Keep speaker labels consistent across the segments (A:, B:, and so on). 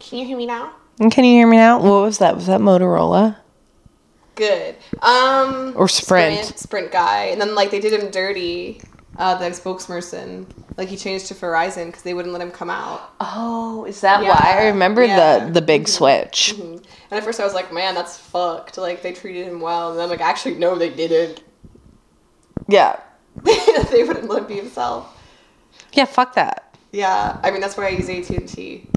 A: Can you hear me now?
B: Can you hear me now? What was that? Was that Motorola?
A: Good. Um.
B: Or Sprint.
A: Sprint, Sprint guy, and then like they did him dirty. Uh, the spokesperson, like he changed to Verizon because they wouldn't let him come out.
B: Oh, is that
A: Yeah,
B: why? I remember
A: yeah.
B: the the big switch.
A: And at first I was like, man, that's fucked. Like they treated him well, and then I'm like, actually, no, they didn't.
B: Yeah.
A: they wouldn't let him be himself.
B: Yeah, fuck that.
A: Yeah, I mean that's why I use AT and T.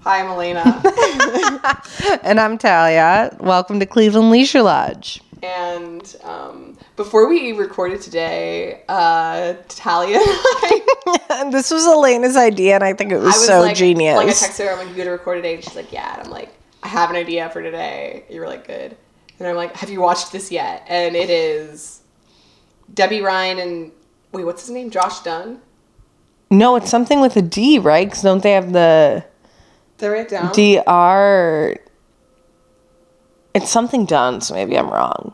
A: Hi, I'm Elena,
B: And I'm Talia. Welcome to Cleveland Leisure Lodge.
A: and um, before we recorded today, uh, Talia, and I,
B: this was Elena's idea and I think it was,
A: I was
B: so
A: like,
B: genius.
A: Like I texted her, I'm like, "You gonna record today?" And she's like, "Yeah." And I'm like, "I have an idea for today." You were like, "Good," and I'm like, "Have you watched this yet?" And it is Debbie Ryan and wait, what's his name? Josh Dunn.
B: no, it's something with a D, right? Cuz don't they have the
A: Did I write it down?
B: DR It's something done, so maybe I'm wrong.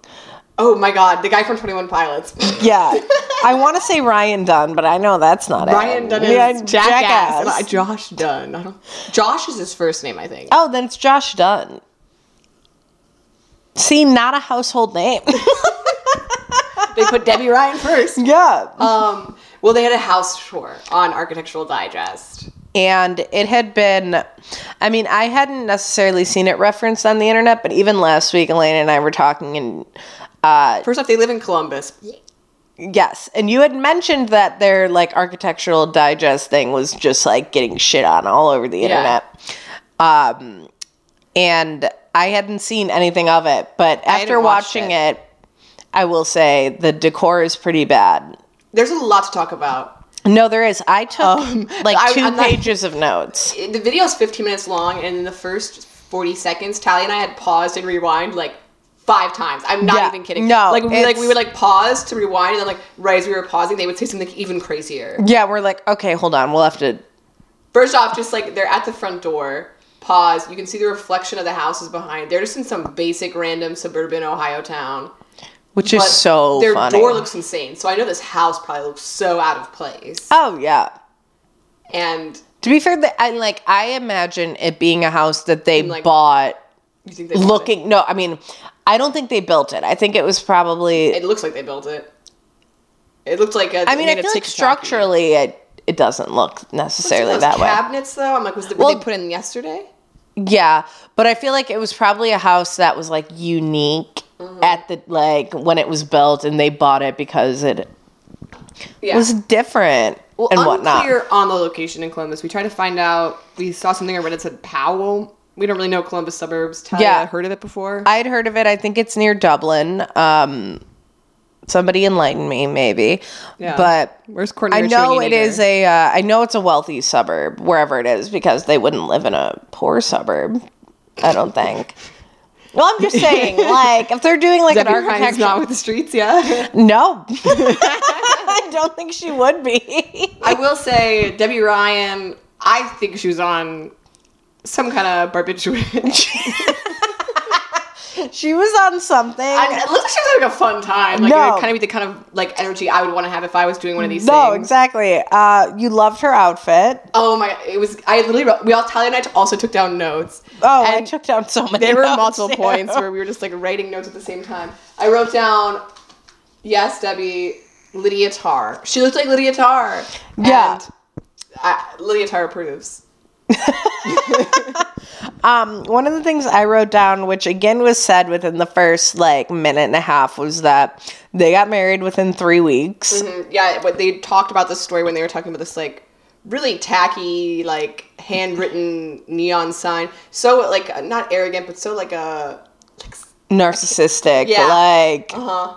A: oh my God, the guy from Twenty One Pilots.
B: Yeah. I want to say Ryan Dunn, but I know that's not it.
A: Ryan Dunn is
B: Yeah,
A: jackass. And I- Josh Dunn. I don't- Josh is his first name, I think.
B: Oh, then it's Josh Dunn. See, not a household name. Oh.
A: they put Debbie Ryan first.
B: yeah.
A: Um, well, they had a house tour on Architectural Digest.
B: And it had been, I mean, I hadn't necessarily seen it referenced on the internet, but even last week, Elena and I were talking, and uh,
A: First off, they live in Columbus.
B: yes, and you had mentioned that their like architectural digest thing was just like getting shit on all over the internet. Um, and I hadn't seen anything of it, but after
A: hadn't watched
B: watching it. I will say the decor is pretty bad.
A: There's a lot to talk about.
B: No, there is. Um, I took like
A: I-
B: 2
A: I'm not-
B: pages of notes.
A: It- The video is 15 minutes long, and in the first 40 seconds, Tally and I had paused and rewind like five times. I'm not
B: Yeah,
A: even kidding.
B: no,
A: like we like
B: it's-
A: we would like pause to rewind, and then like right as we were pausing, they would say something even crazier.
B: Yeah, we're like, okay, hold on, we'll have to.
A: First off, just like they're at the front door. Pause. You can see the reflection of the houses behind. They're just in some basic random suburban Ohio town.
B: Which is
A: But
B: so
A: their
B: funny.
A: door looks insane. So I know this house probably looks so out of place.
B: oh yeah.
A: And
B: To be fair, that I like. I imagine it being a house that they
A: like,
B: bought.
A: you think they bought
B: Looking, no, I mean, I don't think they built it. I think it was probably.
A: it. It looks like they built it. It looked like a.
B: I mean, I feel like structurally, it it doesn't look necessarily that way.
A: Cabinets though, I'm like, was the, were
B: Well-
A: they put in yesterday?
B: Yeah, but I feel like it was probably a house that was like unique at the like when it was built, and they bought it because it
A: Yeah.
B: was different
A: well,
B: and whatnot.
A: unclear on the location in Columbus. We tried to find out. We saw something on Reddit said Powell. We don't really know Columbus suburbs. Talia
B: Yeah.
A: heard of it before.
B: I'd heard of it. I think it's near Dublin. Um, somebody enlighten me, maybe.
A: Yeah.
B: But
A: Where's Courtney?
B: I
A: Rich
B: know
A: Yogi
B: it
A: Nager?
B: is a. Uh, I know it's a wealthy suburb, wherever it is, because they wouldn't live in a poor suburb. I don't think. well, I'm just saying, like, if they're doing like an
A: Debbie Ryan's
B: architecture,
A: not with the streets, yeah.
B: no, I don't think she would be.
A: I will say Debbie Ryan. I think she was on some kind of barbiturate.
B: she was on something.
A: And it looks like she was having a fun time. Like it
B: No.
A: would kind of be the kind of like energy I would want to have if I was doing one of these
B: no,
A: things.
B: exactly. Uh, you loved her outfit.
A: Oh my! It was. I literally. Wrote, we all Talia and I also took down notes.
B: Oh, I
A: And
B: took down so many.
A: There were
B: notes,
A: multiple
B: yeah.
A: points where we were just like writing notes at the same time. I wrote down, yes, Debbie, Lydia Tar. She looked like Lydia Tar.
B: Yeah.
A: And I, Lydia Tar approves.
B: Um, one of the things I wrote down, which again was said within the first like minute and a half, was that they got married within three weeks.
A: Mhm, Yeah, but they talked about this story when they were talking about this like really tacky, like handwritten neon sign. So like not arrogant, but so like uh, a like
B: Narcissistic,
A: Yeah.
B: like
A: uh huh.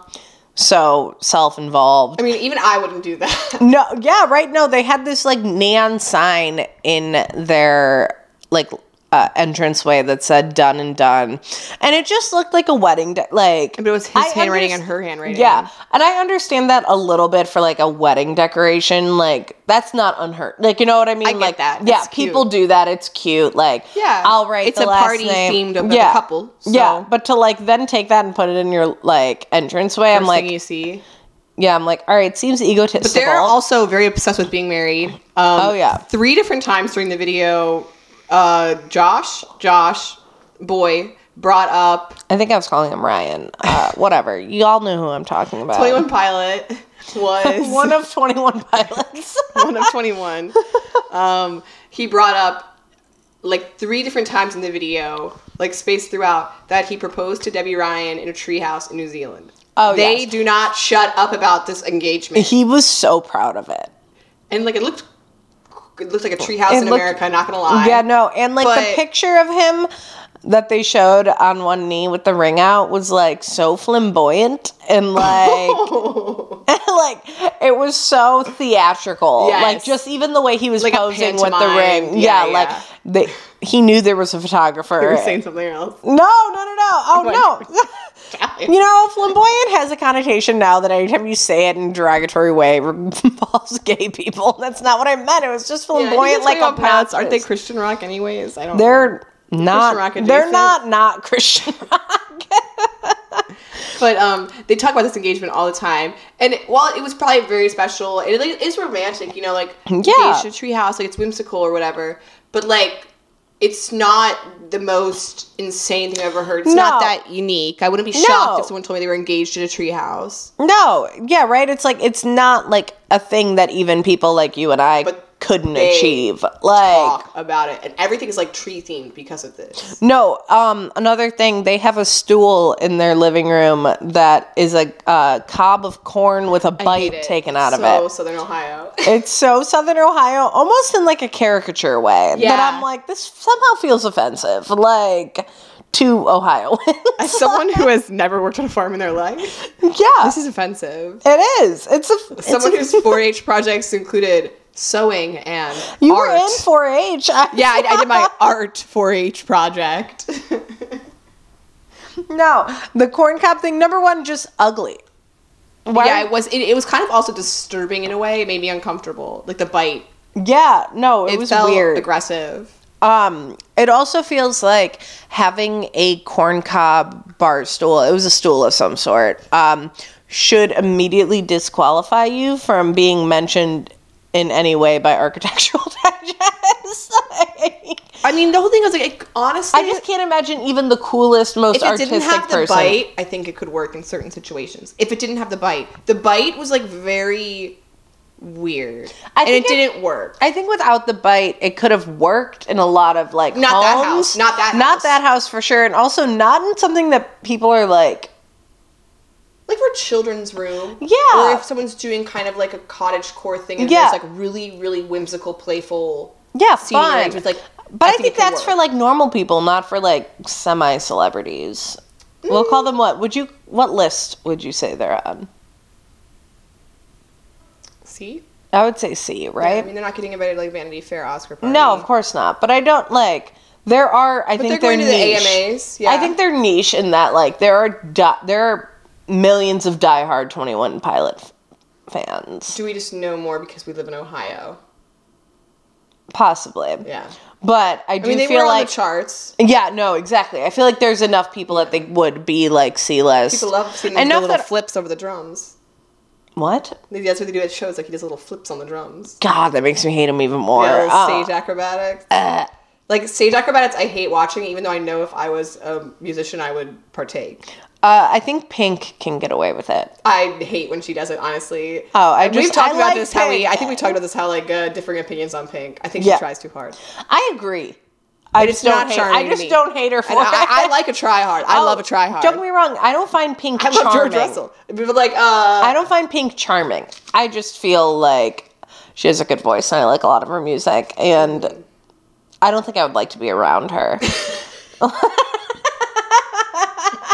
B: so self-involved.
A: I mean, even I wouldn't do that.
B: No, yeah, right. No, they had this like neon sign in their like uh, entranceway that said "Done and Done," and it just looked like a wedding. De- like,
A: But it was his
B: I
A: handwriting
B: underst-
A: and her handwriting.
B: Yeah, and I understand that a little bit for like a wedding decoration. Like that's not unheard. Like you know what I mean?
A: get
B: like
A: that.
B: Yeah,
A: It's cute.
B: people do that. It's cute. Like
A: Yeah.
B: I'll write.
A: It's
B: the
A: a
B: last
A: party
B: name.
A: themed of the couple,
B: Yeah,
A: so-
B: but to like then take that and put it in your like entranceway, I'm
A: First
B: like,
A: thing you see.
B: yeah, I'm like, all right, seems egotistical.
A: They're also very obsessed with being married. Um,
B: Oh, yeah.
A: Three different times during the video, uh, Josh, Josh, boy, brought up
B: I think I was calling him Ryan. Uh, whatever. You all know who I'm talking about.
A: 21 Pilot was
B: Oh. One of 21 pilots.
A: one of 21. Um, he brought up like three different times in the video, like spaced throughout, that he proposed to Debbie Ryan in a treehouse in New Zealand.
B: Oh,
A: they
B: yes.
A: do not shut up about this engagement.
B: he was so proud of it.
A: And like it looked, it looked like a treehouse
B: It
A: in
B: looked-
A: America. Not gonna lie.
B: Yeah, no. And like the
A: But-
B: picture of him that they showed on one knee with the ring out was like so flamboyant and like like it was so theatrical.
A: Yes.
B: Like just even the way he was
A: Like a
B: posing with the
A: pantomime.
B: ring.
A: Yeah,
B: Yeah,
A: yeah.
B: like they, he knew there was a photographer.
A: We're saying something else.
B: no, no, no, no. Oh no. You know, flamboyant has a connotation now that anytime you say it in a derogatory way it involves gay people. That's not what I meant. It was just flamboyant, like a
A: pants. Aren't they
B: Christian?
A: Christian rock anyways? I don't.
B: They're
A: rock
B: not. They're
A: adjacent?
B: not not Christian rock.
A: But um, they talk about this engagement all the time, and it- while it was probably very special, it like, is romantic, you know, like
B: Yeah.
A: engaged to a treehouse, like it's whimsical or whatever. But like, it's not the most insane thing I've ever heard. It's not
B: No.
A: that unique. I wouldn't be shocked if
B: No.
A: someone told me they were engaged in a treehouse.
B: no. Yeah. Right. It's like it's not like a thing that even people like you and I
A: But
B: couldn't
A: they
B: achieve. Like
A: Talk about it, and everything is like tree themed because of this.
B: No, um, another thing, they have a stool in their living room that is a uh, cob of corn with a
A: Hate
B: bite
A: it.
B: taken out
A: So,
B: of it.
A: Southern Ohio.
B: It's so Southern Ohio, almost in like a caricature way.
A: Yeah.
B: That I'm like, this somehow feels offensive, like to Ohioans.
A: As someone who has never worked on a farm in their life,
B: yeah,
A: this is offensive.
B: it is. It's a it's
A: Someone
B: a-
A: whose 4-H projects included sewing and
B: you
A: art.
B: were in 4-H. I-
A: yeah, I, I did my art 4-H project.
B: no, the corn cob thing. Number one, just ugly. Why?
A: yeah, it was. It, it was kind of also disturbing in a way. It made me uncomfortable, like the bite.
B: yeah, no, it,
A: It,
B: was
A: felt
B: weird.
A: aggressive.
B: Um, it also feels like having a corn cob bar stool. It was a stool of some sort. Um, should immediately disqualify you from being mentioned in any way by Architectural Digest. Like,
A: I mean, the whole thing was like, it, honestly,
B: I just can't imagine even the coolest, most
A: if it
B: artistic
A: didn't have the
B: person.
A: bite, I think it could work in certain situations. If it didn't have the bite, the bite was like very weird,
B: I
A: and it,
B: think it-
A: didn't work.
B: I think without the bite, it could have worked in a lot of like
A: Not that
B: homes.
A: house, not that house.
B: not that house for sure, and also not in something that people are like.
A: like for children's room.
B: Yeah.
A: Or if someone's doing kind of like a cottage core thing and
B: Yeah.
A: there's like really, really whimsical, playful
B: yeah,
A: scenery.
B: fun.
A: It's like,
B: But I, think,
A: it could
B: that's for
A: work.
B: like normal people, not for like semi celebrities. We'll call them what? Would you what list would you say they're on?
A: See?
B: I would say C,
A: Right?
B: right?
A: I mean, they're not getting invited to like Vanity Fair Oscar party.
B: no, of course not. But I don't like there are I
A: But they're
B: think
A: going to the
B: niche.
A: AMAs. Yeah.
B: I think they're niche in that like there are di- there are millions of diehard 21 pilot f- fans
A: Do we just know more because we live in Ohio?
B: possibly.
A: Yeah.
B: But I
A: I
B: do
A: mean, they
B: feel
A: were on
B: like
A: the charts.
B: Yeah, no, exactly. I feel like there's enough people that they would be like C list.
A: People love seeing them do
B: Enough
A: little
B: that-
A: flips over the drums.
B: What?
A: Maybe that's what they do at shows. Like he does little flips on the drums.
B: God, that makes me hate him even more.
A: Yeah, little
B: Uh,
A: stage acrobatics. like stage acrobatics, I hate watching. Even though I know if I was a musician, I would partake.
B: uh, I think Pink can get away with it.
A: I hate when she does it, honestly.
B: Oh, I
A: And we've
B: just-
A: talked
B: I
A: about
B: like
A: this how we.
B: Pink.
A: I think we talked about this how like uh, differing opinions on Pink. I think she
B: Yeah.
A: tries too hard.
B: I agree. I
A: It's
B: just don't.
A: not
B: Hate,
A: charming
B: I
A: to
B: just
A: me.
B: don't hate her for
A: And I, I
B: it.
A: like a try hard. I
B: Oh,
A: love a try hard.
B: Don't get me wrong. I don't find Pink
A: I love
B: charming.
A: George Russell. But like, uh,
B: I don't find Pink charming. I just feel like she has a good voice, and I like a lot of her music. And I don't think I would like to be around her.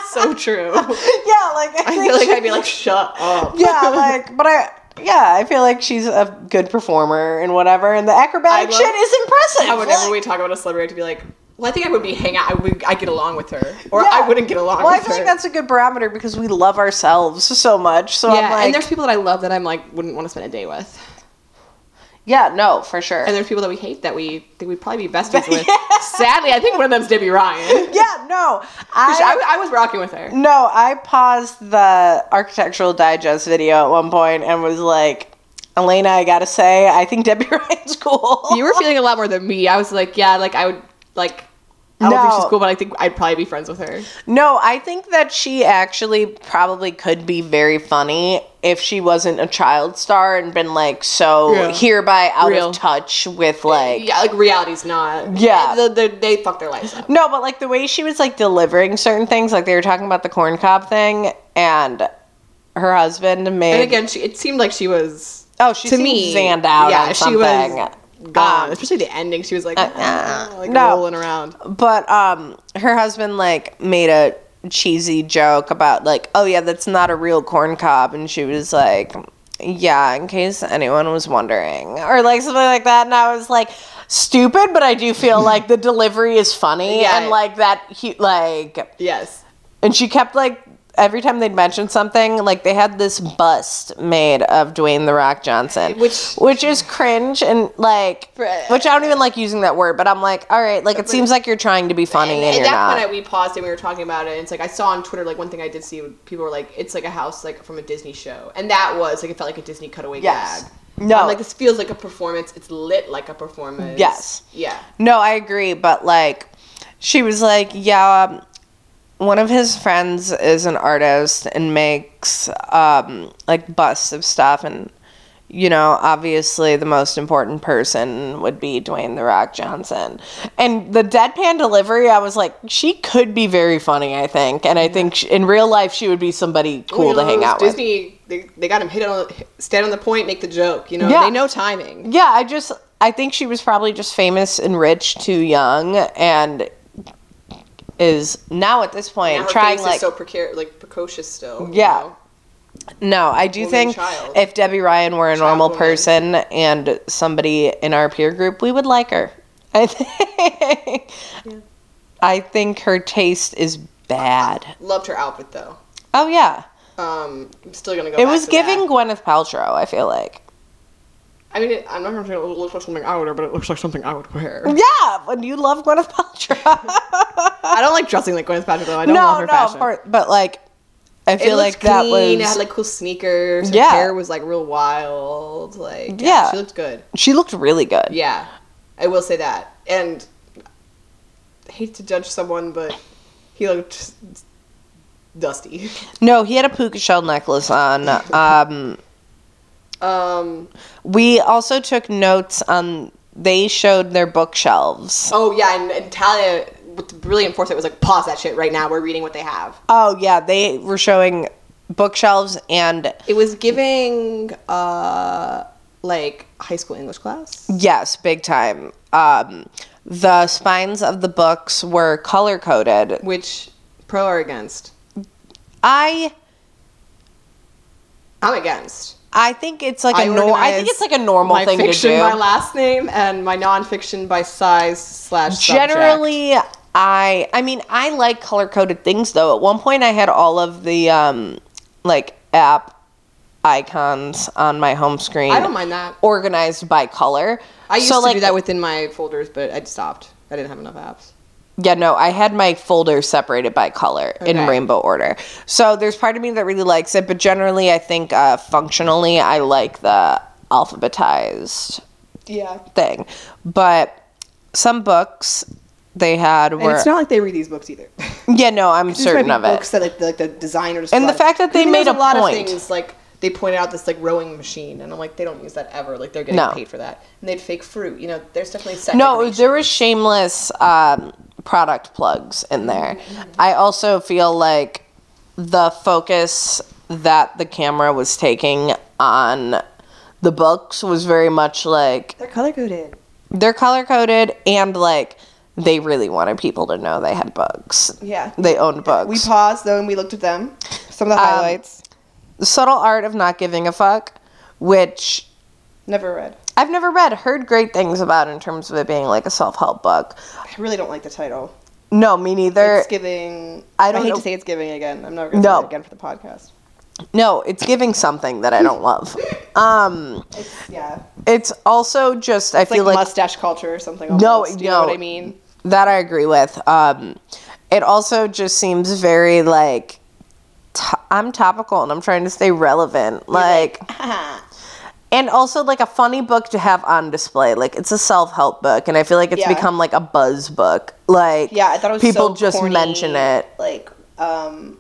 A: so true.
B: yeah, like
A: I feel like I'd be like, shut up.
B: yeah, like, but I. Yeah, I feel like she's a good performer and whatever, and the acrobatic
A: I love-
B: shit is impressive.
A: I would never
B: Like-
A: we talk about a celebrity to be like, well, I think I would be hang out. I would. I get along with her, or
B: Yeah.
A: I wouldn't get along.
B: Well, I
A: with
B: feel
A: her.
B: like that's a good barometer because we love ourselves so much. So
A: yeah.
B: I'm like,
A: and there's people that I love that I'm like wouldn't want to spend a day with.
B: yeah, no, for sure.
A: And there's people that we hate that we think we'd probably be besties with. Sadly, I think one of them's Debbie Ryan.
B: yeah, no,
A: Which I,
B: I,
A: w- I was rocking with her.
B: no, I paused the Architectural Digest video at one point and was like, Elena, I gotta say, I think Debbie Ryan's cool.
A: You were feeling a lot more than me. I was like, yeah, like I would like. I don't think
B: No.
A: she's cool, but I think I'd probably be friends with her.
B: No, I think that she actually probably could be very funny if she wasn't a child star and been like so
A: Yeah.
B: hereby out
A: Real.
B: of touch with like
A: Yeah, like reality's not.
B: Yeah.
A: the, the, they fuck their lives up.
B: No, but like the way she was like delivering certain things, like they were talking about the corn cob thing and her husband made
A: And again, she, it seemed like she was
B: oh she
A: to
B: seemed
A: me
B: zanned out
A: Yeah,
B: on
A: she
B: something.
A: was gone.
B: Um,
A: Especially the ending, she was like, "Ah," like
B: no.
A: rolling around.
B: But um her husband like made a cheesy joke about like, "Oh yeah, that's not a real corn cob." And she was like, "Yeah, in case anyone was wondering." Or like something like that. And I was like, "Stupid, but I do feel like the delivery is funny
A: Yeah.
B: and like that he like
A: Yes.
B: and she kept like every time they'd mention something, like they had this bust made of Dwayne the Rock Johnson,
A: Which-
B: which is cringe and like,
A: Right.
B: which I don't even like using that word, but I'm like, all right, like it seems like you're trying to be funny and,
A: And at
B: you're
A: that
B: not.
A: point, I, we paused and we were talking about it. And it's like I saw on Twitter, like one thing I did see, people were like, "It's like a house like from a Disney show," and that was like it felt like a Disney cutaway
B: Yes.
A: gag.
B: No.
A: I'm like this feels like a performance. It's lit like a performance.
B: Yes.
A: Yeah.
B: no, I agree, but like, she was like, yeah. Um, one of his friends is an artist and makes um, like busts of stuff and you know, obviously the most important person would be Dwayne The Rock Johnson. And the deadpan delivery, I was like, she could be very funny, I think. And I think she, in real life, she would be somebody cool
A: You know,
B: to hang
A: those
B: out with.
A: "Oh, Disney, they, they got him hit on stand on the point, make the joke. You know,
B: Yeah. Mm-hmm.
A: they know timing.
B: Yeah, I just, I think she was probably just famous and rich too young and is now at this point
A: Now her
B: trying
A: face
B: like
A: is so precar- like precocious still. you
B: Yeah.
A: know?
B: No, I do
A: Woman,
B: think
A: child.
B: if Debbie Ryan were a normal
A: woman.
B: person and somebody in our peer group, we would like her. I think. I think her taste is bad.
A: Loved her outfit though.
B: Oh yeah,
A: Um, I'm still gonna go.
B: it
A: back
B: was
A: to that.
B: giving Gwyneth Paltrow. I feel like.
A: I mean, it, I'm not gonna say it looks like something I would wear, but it looks like something I would wear.
B: Yeah, when you love Gwyneth Paltrow.
A: I don't like dressing like Gwyneth Paltrow though. I don't love
B: no,
A: her
B: no,
A: fashion.
B: of course, but like, I
A: It
B: feel
A: looked
B: like that
A: clean.
B: was.
A: It had like cool sneakers. Her
B: Yeah.
A: hair was like real wild. Like yeah,
B: Yeah.
A: she looked good.
B: she looked really good.
A: Yeah, I will say that. And I hate to judge someone, but he looked s- dusty.
B: No, he had a puka shell necklace on. Um,
A: Um.
B: We also took notes on. They showed their bookshelves.
A: Oh yeah, and, and Talia with brilliant foresight was like, pause that shit right now. We're reading what they have.
B: Oh yeah, they were showing bookshelves and
A: It was giving uh like high school English class.
B: yes, big time. Um, the spines of the books were color coded.
A: Which pro or against?
B: I
A: I'm against.
B: I think it's like
A: I
B: a normal. I think
A: organize
B: it's like a normal
A: my
B: thing
A: fiction
B: to do.
A: by last name and my nonfiction by size slash subject.
B: Generally, I I mean I like color coded things though. At one point, I had all of the um, like app icons on my home screen.
A: I don't mind that.
B: organized by color.
A: I used
B: So,
A: to
B: like,
A: do that within my folders, but I stopped. I didn't have enough apps.
B: Yeah, no, I had my folder separated by color in
A: Okay.
B: rainbow order. So there's part of me that really likes it, but generally, I think uh, functionally, I like the alphabetized
A: Yeah,
B: thing. But some books they had
A: and
B: were
A: it's not like they read these books either.
B: yeah, no, I'm
A: These might
B: certain
A: be
B: of it.
A: books that like the, like, the designers
B: And the
A: brought-
B: fact that
A: 'Cause
B: they
A: I think
B: made
A: there's
B: a
A: lot
B: point.
A: of things like they pointed out this like rowing machine, and I'm like, they don't use that ever. Like they're getting
B: No.
A: paid for that, and they'd fake fruit. You know, there's definitely set
B: No,
A: decoration.
B: there was shameless um, product plugs in there. I also feel like the focus that the camera was taking on the books was very much like
A: they're color coded.
B: they're color coded and like they really wanted people to know they had books.
A: Yeah.
B: They owned books.
A: We paused though, and we looked at them. Some of the
B: Um,
A: highlights.
B: the subtle art of not giving a fuck, which
A: Never read.
B: I've never read, heard great things about in terms of it being like a self help book.
A: I really don't like the title.
B: No, me neither.
A: It's giving.
B: Er, I
A: I
B: don't
A: don't hate
B: know-
A: to say it's giving again. I'm not going to
B: No.
A: say it again for the podcast.
B: No, it's giving something that I don't love. Um,
A: It's, yeah,
B: it's also just I
A: it's like,
B: feel like,
A: mustache culture or something. Almost,
B: No,
A: no, you know
B: no.
A: what I mean.
B: that I agree with. Um, it also just seems very
C: "Ah."
B: like to- I'm topical and I'm trying to stay relevant. Like, and also like a funny book to have on display. Like it's a self help book, and I feel like it's
C: Yeah.
B: become like a buzz book. Like
C: Yeah, I thought it was
B: people
C: so
B: just
C: corny,
B: mention it.
C: Like um,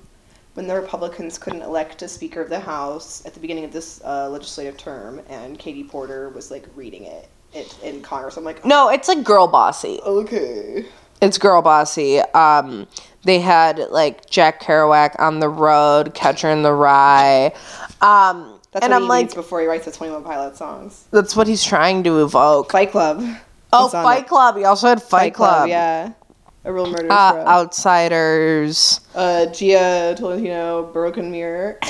C: when the Republicans couldn't elect a Speaker of the House at the beginning of this uh, legislative term, and Katie Porter was like reading it, it in Congress. I'm like,
B: No, it's like girl bossy.
C: okay,
B: It's girl bossy. Um, they had like Jack Kerouac on the road, Catcher in the Rye. Um,
C: that's
B: and
C: what
B: I'm
C: he
B: like,
C: reads before he writes the Twenty One Pilot songs.
B: that's what he's trying to evoke.
C: Fight Club.
B: oh,
C: It's on
B: Fight
C: it.
B: Club. He also had Fight,
C: Fight Club.
B: Club.
C: Yeah, a real murder.
B: Uh, outsiders.
C: uh, Gia Tolentino, Broken Mirror.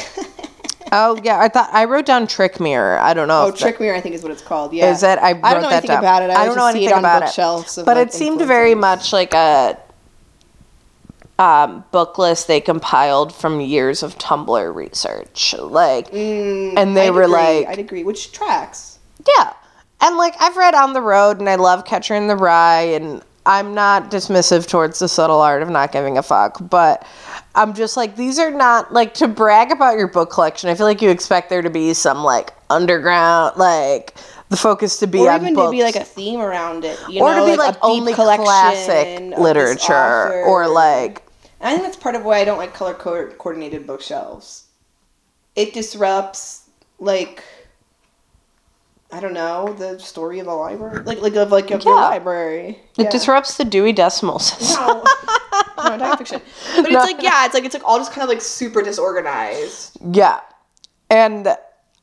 B: Oh yeah, I thought I wrote down Trick Mirror. I don't know.
C: Oh,
B: if that-
C: Trick Mirror, I think is what it's called. Yeah,
B: Is that I wrote
C: I don't know
B: that
C: anything
B: down.
C: about it. I,
B: don't
C: just
B: know
C: see
B: anything
C: it on
B: about
C: bookshelves
B: it.
C: of,
B: But
C: like,
B: it seemed very
C: influencers.
B: much like a um, book list they compiled from years of Tumblr research, like, and they
C: I'd
B: were
C: Mm, agree,
B: like,
C: I'd agree. Which tracks?
B: yeah. And like I've read On the Road and I love Catcher in the Rye and I'm not dismissive towards the subtle art of not giving a fuck, but I'm just like these are not like to brag about your book collection. I feel like you expect there to be some like underground like the focus to be
C: Or
B: on
C: even
B: books.
C: to be like a theme around it, you
B: or
C: know,
B: to be like,
C: a deep
B: only
C: collection
B: classic
C: of this
B: literature or
C: author.
B: like
C: I think that's part of why I don't like color co- coordinated bookshelves. It disrupts like I don't know the story of a library, like like of like of your
B: Yeah.
C: library.
B: it disrupts the Dewey Decimal System.
C: No, no, not fiction. But it's
B: No.
C: like yeah, it's like it's like all just kind of like super disorganized.
B: Yeah. And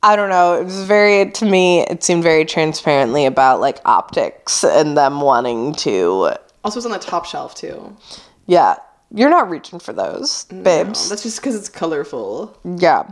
B: I don't know, it was very to me it seemed very transparently about like optics and them wanting to
A: Also, it's on the top shelf too.
B: yeah. You're not reaching for those, babes.
A: Oh, That's just because it's colorful.
B: Yeah.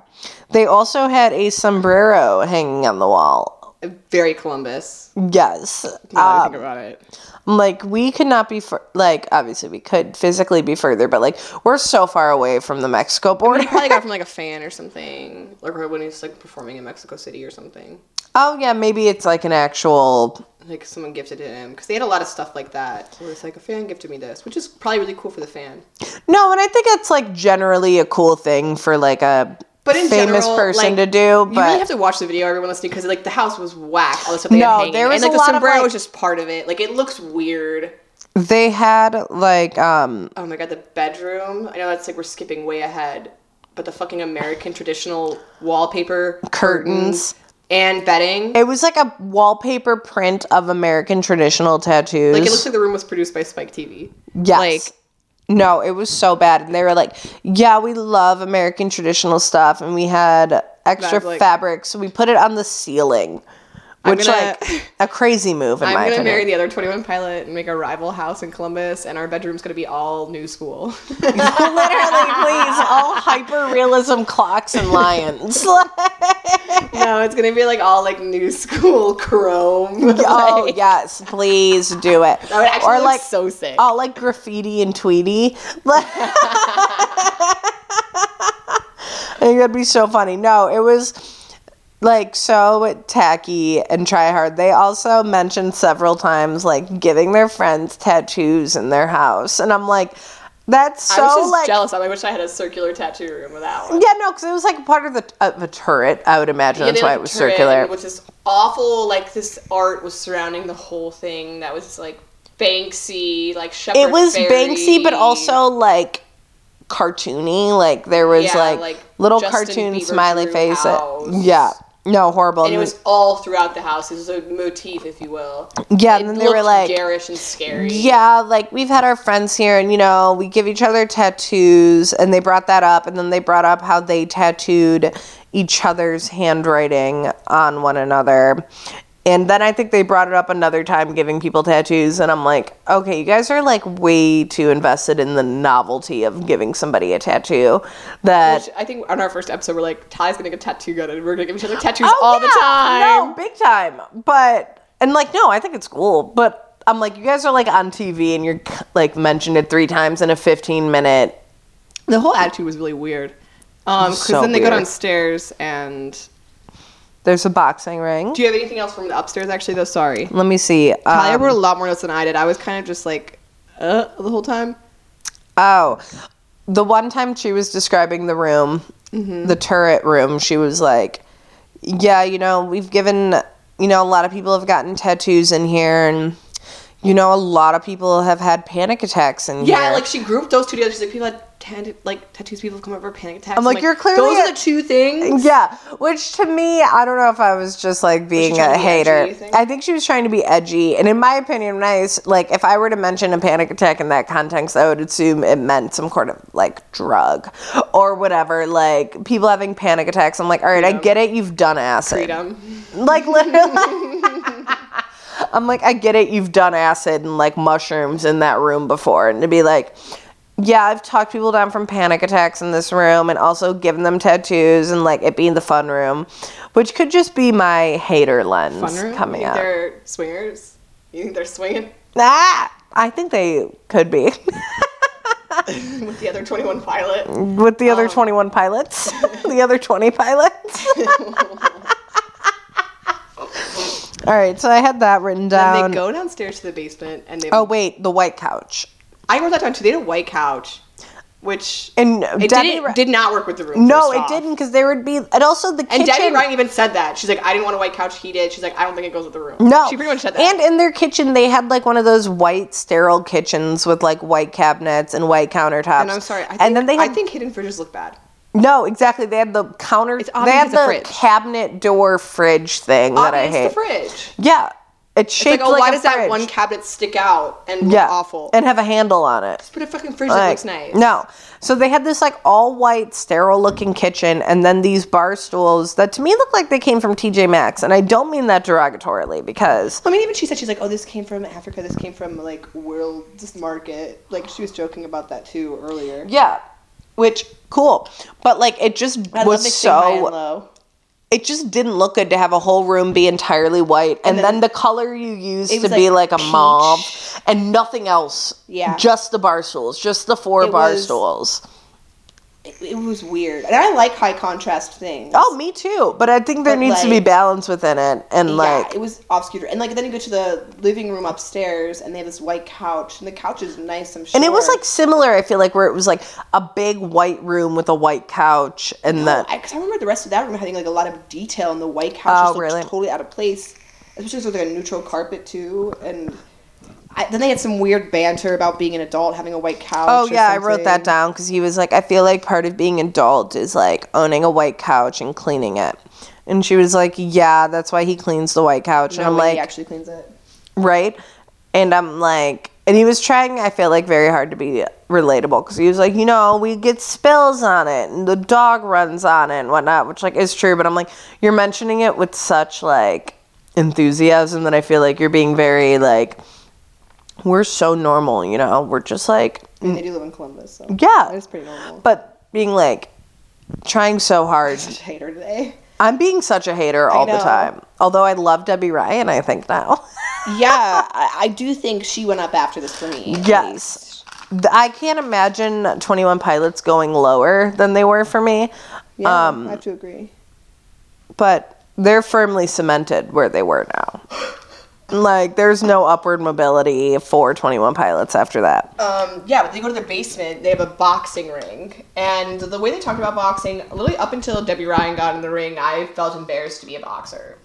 B: They also had a sombrero hanging on the wall.
A: Very Columbus.
B: Yes.
A: Now that
B: Ah.
A: I think about it.
B: I'm like we could not be fur- like obviously we could physically be further, but like we're so far away from the Mexico border.
A: He probably got it from like a fan or something, or when he's like performing in Mexico City or something.
B: oh yeah, maybe it's like an actual
A: Like someone gifted it him because they had a lot of stuff like that. Where it's like a fan gifted me this, which is probably really cool for the fan.
B: No, and I think that's like generally a cool thing for like a
A: But in
B: famous
A: general,
B: person
A: like,
B: to do.
A: You really have
B: But
A: to watch the video, everyone listening, because like the house was whack. All the stuff they
B: No,
A: had hanging,
B: there was
A: and like
B: a
A: the
B: lot of,
A: sombrero
B: like-
A: was just part of it. Like it looks weird.
B: they had like um
A: Oh my god, the bedroom. I know that's like we're skipping way ahead, but the fucking American traditional wallpaper
B: curtains.
A: and bedding.
B: It was like a wallpaper print of American traditional tattoos.
A: like it looks like the room was produced by Spike TV.
B: yes.
A: like-
B: no, it was so bad, and they were like, "Yeah, we love American traditional stuff, and we had extra
A: That's, like-
B: fabric, so we put it on the ceiling." Which
A: gonna-
B: like a crazy move in
A: I'm
B: my
A: gonna
B: opinion.
A: marry the other 21 Pilot and make a rival house in Columbus, and our bedroom's gonna be all new school.
B: Literally, please, all hyper realism clocks and lions. Oh,
A: no, it's gonna be like all like new school chrome.
B: Oh yes, please do it.
A: That would actually
B: or
A: look
B: like oh,
A: so sick.
B: all like graffiti and Tweety. I think that'd be so funny. No, it was like so tacky and try hard. They also mentioned several times like giving their friends tattoos in their house, and I'm like, that's so
A: I was just
B: like
A: jealous. I wish I had a circular tattoo room without.
B: yeah, no, because it was like part of the of a turret. I would imagine
A: Yeah,
B: that's
A: they,
B: why
A: like,
B: it was
A: turned
B: circular.
A: and With this awful, like this art was surrounding the whole thing. That was like Banksy, like Shepard.
B: it was
A: Fairey.
B: Banksy, but also like cartoony. Like there was
A: Yeah,
B: like,
A: like
B: little
A: Justin
B: cartoon
A: Bieber
B: smiley
A: drew
B: face.
A: house.
B: Yeah, no, horrible.
A: And it was all throughout the house. It was a motif, if you will.
B: yeah,
A: It
B: and then they were
A: looked
B: like,
A: garish and scary.
B: yeah, like we've had our friends here, and you know we give each other tattoos, and they brought that up, and then they brought up how they tattooed each other's handwriting on one another. And then I think they brought it up another time, giving people tattoos. And I'm like, okay, you guys are like way too invested in the novelty of giving somebody a tattoo. That
A: Which I think on our first episode, we're like, Ty's gonna get tattoo gun, and we're gonna give each other tattoos
B: Oh,
A: all the
B: yeah.
A: time.
B: No, big time. But and like no, I think it's cool. But I'm like, you guys are like on TV and you're like mentioned it three times in a 15 minute.
A: The whole attitude was really weird. Um, because
B: So
A: then they go
B: weird.
A: downstairs, and
B: There's a boxing ring.
A: do you have anything else from the upstairs? Actually, though, sorry.
B: Let me see.
A: I
B: Um,
A: wrote a lot more notes than I did. I was kind of just like, uh, the whole time.
B: oh,
A: Mm-hmm.
B: the one time she was describing the room, the turret room, she was like, yeah, you know, we've given, you know, a lot of people have gotten tattoos in here and you know, a lot of people have had panic attacks in
A: Yeah,
B: here.
A: like she grouped those two together. She's like, people had tan- like tattoos. People have come over panic attacks.
B: I'm like, "You're clearly
A: those
B: a-
A: are the two things.
B: Yeah, which to me, I don't know if I was just like being
A: trying
B: a
A: to be edgy,
B: hater.
A: you think?
B: I think she was trying to be edgy, and in my opinion, when I s- like if I were to mention a panic attack in that context, I would assume it meant some sort of like drug or whatever. Like people having panic attacks, I'm like, all right, I get it, you've done acid.
A: Freedom.
B: Like literally. I'm like, I get it, you've done acid and like mushrooms in that room before. And to be like, yeah, I've talked people down from panic attacks in this room and also given them tattoos and like it being the fun room, which could just be my hater lens
A: Fun room.
B: coming
A: you think
B: up.
A: They're swingers. You think they're swinging
B: Ah, I think they could be
A: with the other 21 pilot?
B: with the
A: Oh.
B: other 21 pilots, the other 20 pilots. All right, so I had that written
A: And
B: down.
A: they go downstairs to the basement and they.
B: oh, wait, the white couch.
A: I wrote that down too. They had a white couch, which
B: And
A: it
B: Debbie
A: didn't,
B: Ra-
A: did not work with the room.
B: No,
A: first
B: it
A: off.
B: didn't because there would be, and also the kitchen.
A: And Debbie Ryan even said that. She's like, I didn't want a white couch heated. She's like, I don't think it goes with the room.
B: No,
A: She pretty much said that.
B: And in their kitchen, they had like one of those white sterile kitchens with like white cabinets and white countertops.
A: And I'm sorry. I think,
B: and then they had
A: I think hidden fridges look bad.
B: no, exactly. They had the counter.
A: It's
B: They
A: obvious
B: had
A: it's a
B: the
A: fridge.
B: cabinet door fridge thing that I
A: Obvious
B: hate.
A: the fridge.
B: yeah,
A: It's
B: it's shaped
A: like, oh,
B: like
A: why
B: a
A: does that
B: fridge.
A: one cabinet stick out and look
B: yeah,
A: awful?
B: and have a handle on it.
A: Put a fucking fridge that
B: Like,
A: looks nice.
B: No. So they had this like all white, sterile looking kitchen and then these bar stools that to me look like they came from TJ Maxx. And I don't mean that derogatorily because
C: I mean, even she said she's like, "Oh, this came from Africa. This came from like world this market." Like she was joking about that too earlier.
B: Yeah. Which cool. But like it just
C: I love
B: was
C: mixing high and
B: so
C: low.
B: it just didn't look good to have a whole room be entirely white and, then,
C: then-
B: the color you used
C: It
B: to
C: was,
B: be
C: like,
B: like a
C: peach.
B: mauve and nothing else.
C: Yeah.
B: Just the bar stools, just the four
C: It
B: bar
C: was-
B: stools.
C: It, it was weird, and I like high contrast things.
B: Oh, me too. But I think there
C: But,
B: needs to be
C: like-
B: balance within it and like
C: yeah, it was obscure. And like then you go to the living room upstairs, and they have this white couch, and the couch is nice. I'm sure.
B: And it was like similar, I feel like, where it was like a big white room with a white couch and
C: No,
B: the
C: Oh, I, 'cause I remember the rest of that room having like a lot of detail, and the white couch
B: Oh,
C: just looked
B: really?
C: totally out of place, especially 'cause it was like a neutral carpet too. And I, then they had some weird banter about being an adult having a white couch.
B: Oh
C: or
B: yeah, I wrote that
C: something.
B: down because he was like, I feel like part of being adult is like owning a white couch and cleaning it. And she was like, Yeah, that's why he cleans the white couch. and
C: No,
B: I'm
C: Wendy
B: like,
C: actually cleans it.
B: right? And I'm like, and he was trying, I feel like, very hard to be relatable because he was like, you know, we get spills on it and the dog runs on it and whatnot, which like is true. But I'm like, you're mentioning it with such like enthusiasm that I feel like you're being very like, we're so normal, you know, we're just like,
C: I mean, they do live in Columbus, so
B: yeah.
C: that is pretty normal.
B: But being like, trying so hard.
C: Such a hater today.
B: I'm being such a hater all the
C: know.
B: time. Although I love Debbie Ryan, I think now.
C: Yeah, I, I do think she went up after this for me. at least.
B: Yes. Th- I can't imagine 21 Pilots going lower than they were for me,
C: Yeah,
B: Um,
C: I have to agree.
B: but they're firmly cemented where they were now. Like, there's no upward mobility for 21 Pilots after that.
A: Um, yeah, but they go to the basement. They have a boxing ring, and the way they talked about boxing, literally up until Debbie Ryan got in the ring, I felt embarrassed to be a boxer.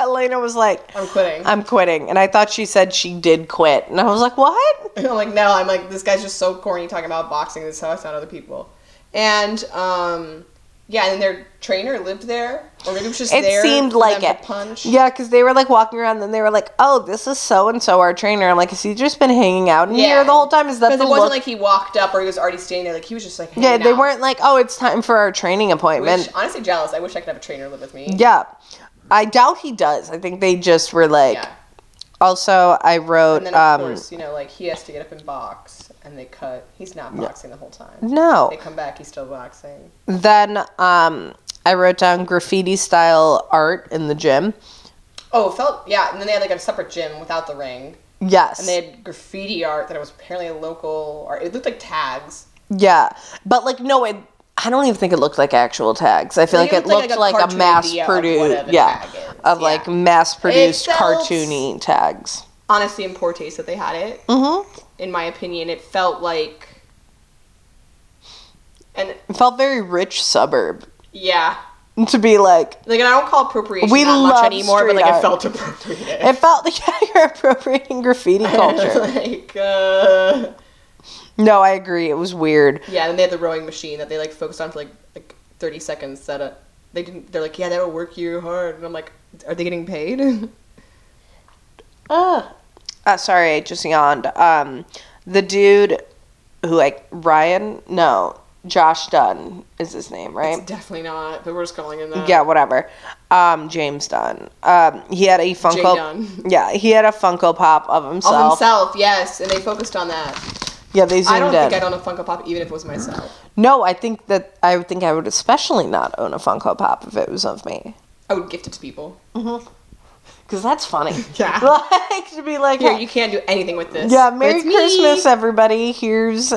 B: Elena was like,
A: I'm quitting.
B: I'm quitting. And I thought she said she did quit. And I was like, what?
A: I'm like, no, I'm like, this guy's just so corny talking about boxing. This is how I found other people. And, um, yeah, and their trainer lived there, or maybe it was just
B: It
A: there.
B: seemed
A: for
B: like
A: them
B: it.
A: to punch.
B: Yeah, because they were like walking around, then they were like, "Oh, this is so and so, our trainer." I'm like, "Has he just been hanging out in here
A: Yeah.
B: the whole time? Is that
A: Because
B: the
A: it wasn't
B: look
A: like he walked up or he was already standing there. Like he was just like
B: Yeah,
A: hanging
B: they
A: out.
B: weren't like, oh, it's time for our training
A: Which,
B: appointment.
A: honestly, jealous. I wish I could have a trainer live with me.
B: yeah. I doubt he does. I think they just were like.
A: Yeah.
B: Also, I wrote.
A: And then of
B: um,
A: course, you know, like he has to get up and box, and they cut. He's not boxing the whole time.
B: No.
A: They come back. He's still boxing.
B: Then um, I wrote down graffiti style art in the gym.
A: Oh, it felt yeah. And then they had like a separate gym without the ring,
B: Yes.
A: and they had graffiti art that was apparently a local art. It looked like tags.
B: yeah. But, like, no, it. I don't even think it looked like actual tags. I feel
A: I
B: like
A: think
B: it
A: it looked
B: looked
A: like
B: like
A: a
B: a,
A: cartoon
B: mass
A: idea of
B: produced,
A: what a
B: yeah,
A: tag is,
B: of
A: yeah.
B: like mass produced
A: felt-
B: cartoony tags.
A: Honestly, in poor taste that they had it.
B: Mm-hmm.
A: In my opinion, it felt like. And
B: It felt very rich suburb.
A: yeah,
B: to be like
A: Like, and I don't call appropriation
B: We
A: that much
B: love
A: anymore, but
B: street
A: like it
B: art.
A: felt appropriate.
B: it felt like you're appropriating graffiti culture.
A: like, uh,
B: no, I agree. It was weird.
A: yeah, and they had the rowing machine that they like focused on for like like thirty seconds. That uh, they didn't. They're like, yeah, that'll work you hard, and I'm like, are they getting paid?
B: Uh, uh, sorry, I just yawned. Um, the dude who like Ryan? No, Josh Dunn is his name, right?
A: It's definitely not. But we're just calling him that.
B: yeah, whatever. Um, James Dunn. Um, he had a Funko.
A: Dunn.
B: Yeah, he had a Funko Pop of himself.
A: Of himself, yes, and they focused on that.
B: Yeah, they zoomed
A: I don't
B: in.
A: think I'd own a Funko Pop even if it was myself.
B: No, I think that I would think I would especially not own a Funko Pop if it was of me.
A: I would gift it to people.
B: Because that's funny.
A: Yeah.
B: Like, to be like,
A: Here,
B: yeah,
A: you can't do anything with this.
B: yeah,
A: But
B: Merry
A: it's me.
B: Christmas, everybody. Here's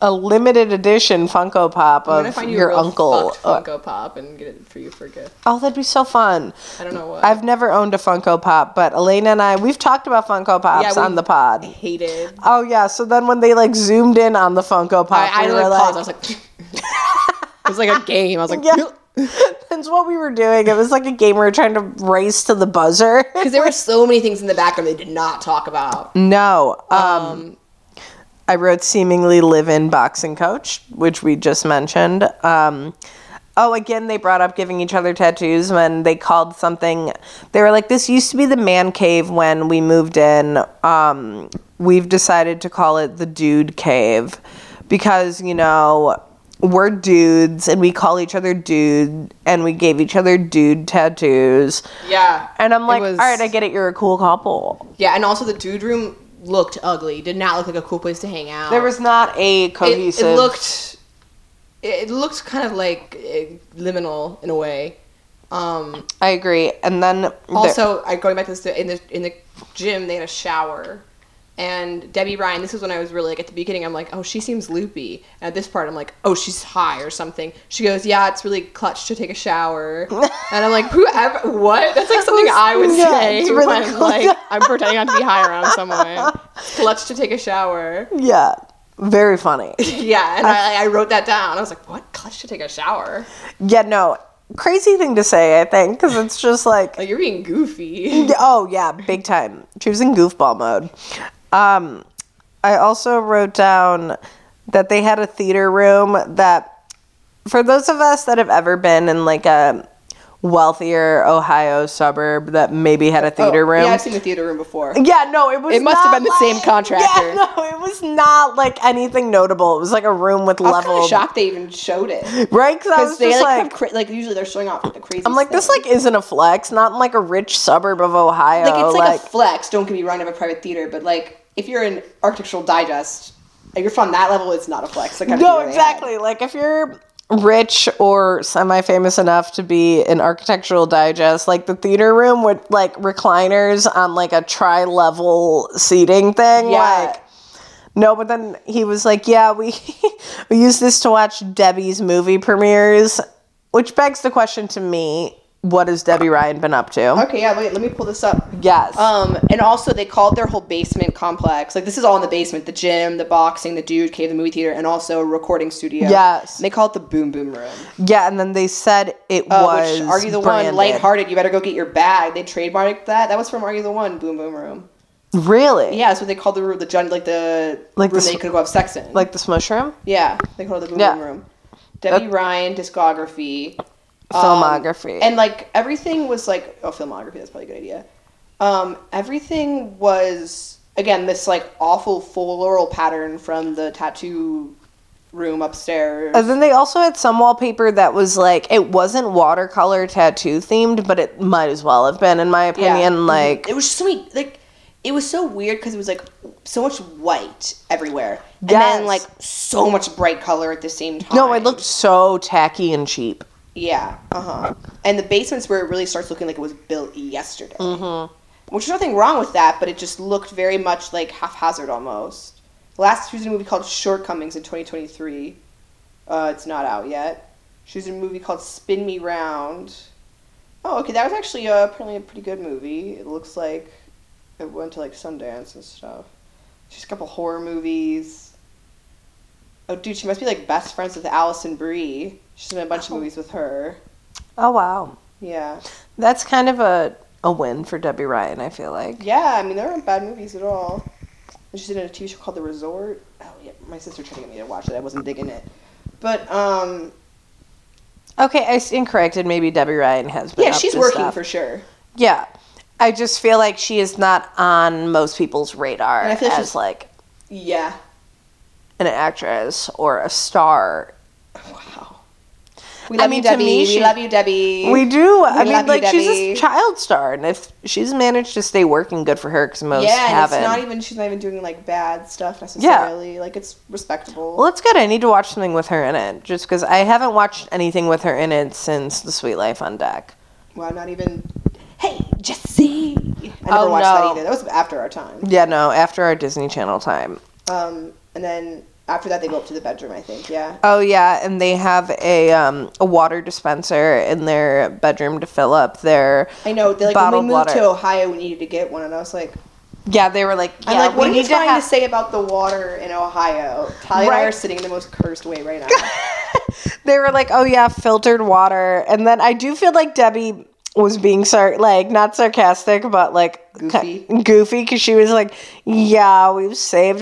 B: a limited edition Funko Pop
A: I'm gonna
B: of
A: find you a
B: your
A: real
B: uncle.
A: fucked
B: Uh,
A: Funko Pop and get it for you for a gift.
B: Oh, that'd be so fun.
A: I don't know what.
B: I've never owned a Funko Pop, but Elena and I, we've talked about Funko Pops
A: we-
B: on the pod.
A: hated.
B: Oh, yeah. So then when they like zoomed in on the Funko Pop,
A: I, I
B: we
A: like
B: were
A: paused.
B: like,
A: I was like, it was like a game. I was like,
B: Yeah. That's what we were doing. It was like a game we were trying to race to the buzzer.
A: because there were so many things in the background they did not talk about.
B: No. Um,
A: Um,
B: I wrote seemingly live in boxing coach, which we just mentioned. Um, oh, again, they brought up giving each other tattoos when they called something. They were like, this used to be the man cave when we moved in. Um, we've decided to call it the dude cave because, you know, we're dudes and we call each other dude and we gave each other dude tattoos.
A: yeah,
B: And I'm
A: It
B: like,
A: was-
B: all right, I get it. You're a cool couple.
A: yeah, and also the dude room looked ugly. Did not look like a cool place to hang out.
B: There was not a
A: it,
B: cohesive.
A: it looked. It it looked kind of like eh, liminal in a way. Um,
B: I agree. And then there-
A: also, I going back to this in the in the gym, they had a shower, and Debbie Ryan. This is when I was really like at the beginning. I'm like, oh, she seems loopy. And at this part, I'm like, oh, she's high or something. She goes, yeah, it's really clutch to take a shower. and I'm like, whoever, what? That's like something I would
B: Yeah,
A: say
B: it's really
A: when like I'm pretending not to be high around someone. clutch to take a shower.
B: yeah, very funny.
A: yeah, and I, I wrote that down. I was like, what? Clutch to take a shower?
B: yeah, no, crazy thing to say, I think, because it's just like,
A: Like you're being goofy.
B: oh yeah, big time. She was in goofball mode. Um, I also wrote down that they had a theater room that, for those of us that have ever been in like a wealthier Ohio suburb that maybe had a theater
A: Oh,
B: room,
C: Yeah, I've seen the theater room before.
B: Yeah, no, it was.
A: It must have
B: not
A: been the same
B: like-
A: contractor.
B: Yeah, no, it was not like anything notable. It was like a room with
C: I was kind
B: level
C: of shocked they even showed it
B: right? Because I
C: because
B: was
C: they
B: just
C: like,
B: like,
C: have cra- like usually they're showing off the crazy.
B: I'm like, this like isn't a flex. Not in like a rich suburb of Ohio.
C: like it's like, a flex. Don't get me wrong, I have a private theater, but like if you're in Architectural Digest, if you're from that level, it's not a flex. Like,
B: no, exactly. Like if you're rich or semi-famous enough to be in architectural digest like the theater room with like recliners on like a tri-level seating thing
C: Yeah.
B: like No, but then he was like, "Yeah, we we use this to watch Debbie's movie premieres," which begs the question to me: What has Debbie Ryan been up to?
C: Okay, yeah. Wait, let me pull this up.
B: Yes,
C: Um, and also they called their whole basement complex like this is all in the basement: the gym, the boxing, the dude cave, the movie theater, and also a recording studio.
B: Yes.
C: And they call it the Boom Boom Room.
B: yeah, and then they said it
C: Uh,
B: was.
C: which argue the
B: branded.
C: one lighthearted. You better go get your bag. They trademarked that. That was from Argue the One Boom Boom Room.
B: Really?
C: Yeah, that's what they called the room. The jun- like the
B: Like
C: room
B: the
C: they
B: sm-
C: could go have sex in.
B: like the Smush Room
C: yeah, they called it the Boom
B: Yeah.
C: Boom Room. Debbie Ryan discography, um,
B: filmography,
C: and like everything was like oh filmography. That's probably a good idea. Um, everything was again this like awful floral pattern from the tattoo room upstairs.
B: And then they also had some wallpaper that was like it wasn't watercolor tattoo themed, but it might as well have been, in my
C: Yeah.
B: opinion. Like
C: it was just so many like it was so weird because it was like so much white everywhere and
B: Yes.
C: then like so much bright color at the same time
B: no, it looked so tacky and cheap.
C: yeah uh-huh and the basement's where it really starts looking like it was built yesterday which is nothing wrong with that but it just looked very much like haphazard almost the last she was in a movie called shortcomings in 2023 uh, it's not out yet she was in a movie called spin me round oh okay that was actually uh, apparently a pretty good movie it looks like it went to like sundance and stuff she's a couple horror movies oh dude she must be like best friends with allison brie she's in a bunch of movies with her
B: Oh wow,
C: Yeah.
B: that's kind of a a win for Debbie Ryan. I feel like.
C: Yeah, I mean, there aren't bad movies at all. I just did a TV show called The Resort. Oh, yeah. My sister tried to get me to watch it. I wasn't digging it. But, um,
B: Okay, I stand corrected. Maybe Debbie Ryan has been.
C: yeah,
B: up
C: she's
B: to
C: working
B: stuff.
C: for sure.
B: Yeah, I just feel like she is not on most people's radar
C: And I feel
B: as
C: she's-
B: like
C: Yeah.
B: an actress or a star.
C: Wow. We
B: I
C: love
B: mean,
C: you,
B: to
C: Debbie.
B: me,
C: we
B: she-
C: love you, Debbie.
B: We do. I
C: We
B: mean,
C: love you,
B: like she's a
C: Debbie.
B: child star, and if she's managed to stay working, good for her. Because most
C: yeah, and
B: haven't.
C: it's not e- even she's not even doing like bad stuff necessarily. Like it's respectable.
B: Well, it's good. I need to watch something with her in it, just because I haven't watched anything with her in it since The Sweet Life on Deck.
C: Wow, not even. Hey, Jesse. I never
B: Oh,
C: watched
B: no.
C: that either. That was after our time.
B: Yeah, no, after our Disney Channel time.
C: Um, and then after that, they go up to the bedroom. I think. Yeah.
B: Oh yeah, and they have a um, a water dispenser in their bedroom to fill up their.
C: I know. They like
B: Bottled
C: when we moved
B: water.
C: to Ohio, we needed to get one, and I was like,
B: Yeah, they were like, yeah,
C: I'm like, what
B: we
C: are you
B: need to
C: trying to,
B: have.
C: say about the water in Ohio? Talia and I
B: Right.
C: are sitting in the most cursed way right now.
B: They were like, oh yeah, filtered water, and then I do feel like Debbie was being sar like not sarcastic, but like
C: Goofy.
B: ki- goofy because she was like, yeah, we've saved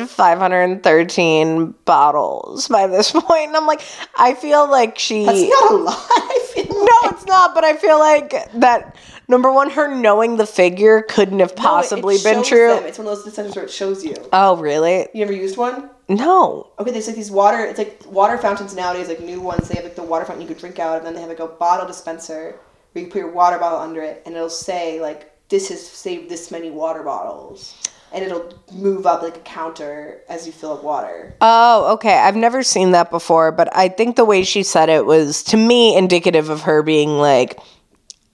B: 513 bottles by this point, and I'm like, I feel like she.
C: That's not a lot. I feel.
B: no, it's not, but I feel like that number one, her knowing the figure couldn't have
C: No, it- it
B: possibly been
C: shows
B: true.
C: them. It's one of those dispensers where it shows you.
B: Oh, really?
C: You ever used one?
B: No.
C: Okay, there's like these water. It's like water fountains nowadays, like new ones. They have like the water fountain you could drink out, of, and then they have like a bottle dispenser where you put your water bottle under it, and it'll say like this has saved this many water bottles, and it'll move up like a counter as you fill up water.
B: Oh, okay. I've never seen that before, but I think the way she said it was to me indicative of her being like,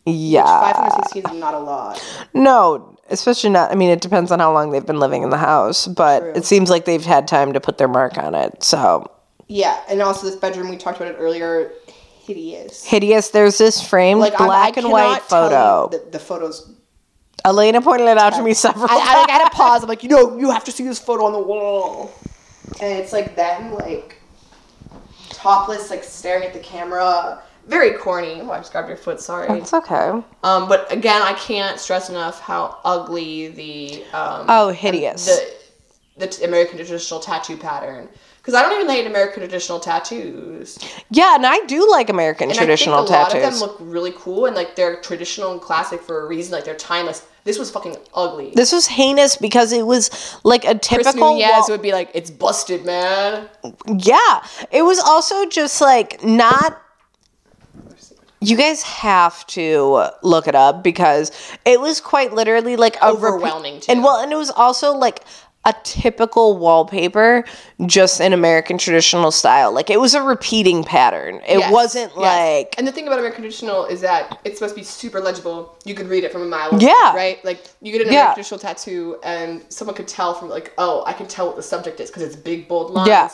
B: yeah.
C: Five hundred sixteen is not a lot.
B: No, especially not. I mean, it depends on how long they've been living in the house, but it seems like they've had time to put their mark on it. So
C: Yeah, and also this bedroom we talked about it earlier, hideous.
B: hideous. There's this framed
C: Like I'm-
B: black
C: I
B: and white
C: cannot tell you
B: photo.
C: The, the photos.
B: Elena pointed it out to me several
C: I,
B: times.
C: I, like, I had to pause. I'm like, you know, you have to see this photo on the wall. And it's like them, like topless, like staring at the camera.
A: Very corny. Oh, I just grabbed your foot. Sorry.
B: It's okay.
A: Um, but again, I can't stress enough how ugly the um,
B: Oh, hideous.
A: the the t- American traditional tattoo pattern. Because I don't even like American traditional tattoos.
B: yeah, and I do like American
A: And
B: traditional
A: I think a lot of
B: tattoos.
A: them look really cool and like they're traditional and classic for a reason. Like they're timeless. This was fucking ugly.
B: this was heinous because it was like a
A: Chris
B: typical.
A: Nunez
B: wa-
A: would be like, "It's busted, man."
B: Yeah. It was also just like not. You guys have to look it up because it was quite literally like a repeat-
A: Overwhelming, too.
B: And well, and it was also like a typical wallpaper, just in American traditional style. Like it was a repeating pattern. It
A: Yes,
B: wasn't
A: yes.
B: like
A: And the thing about American traditional is that it's supposed to be super legible. You can read it from a mile away.
B: Yeah.
A: Right? Like you get an
B: Yeah.
A: American traditional tattoo and someone could tell from like, oh, I can tell what the subject is because it's big bold lines.
B: Yeah.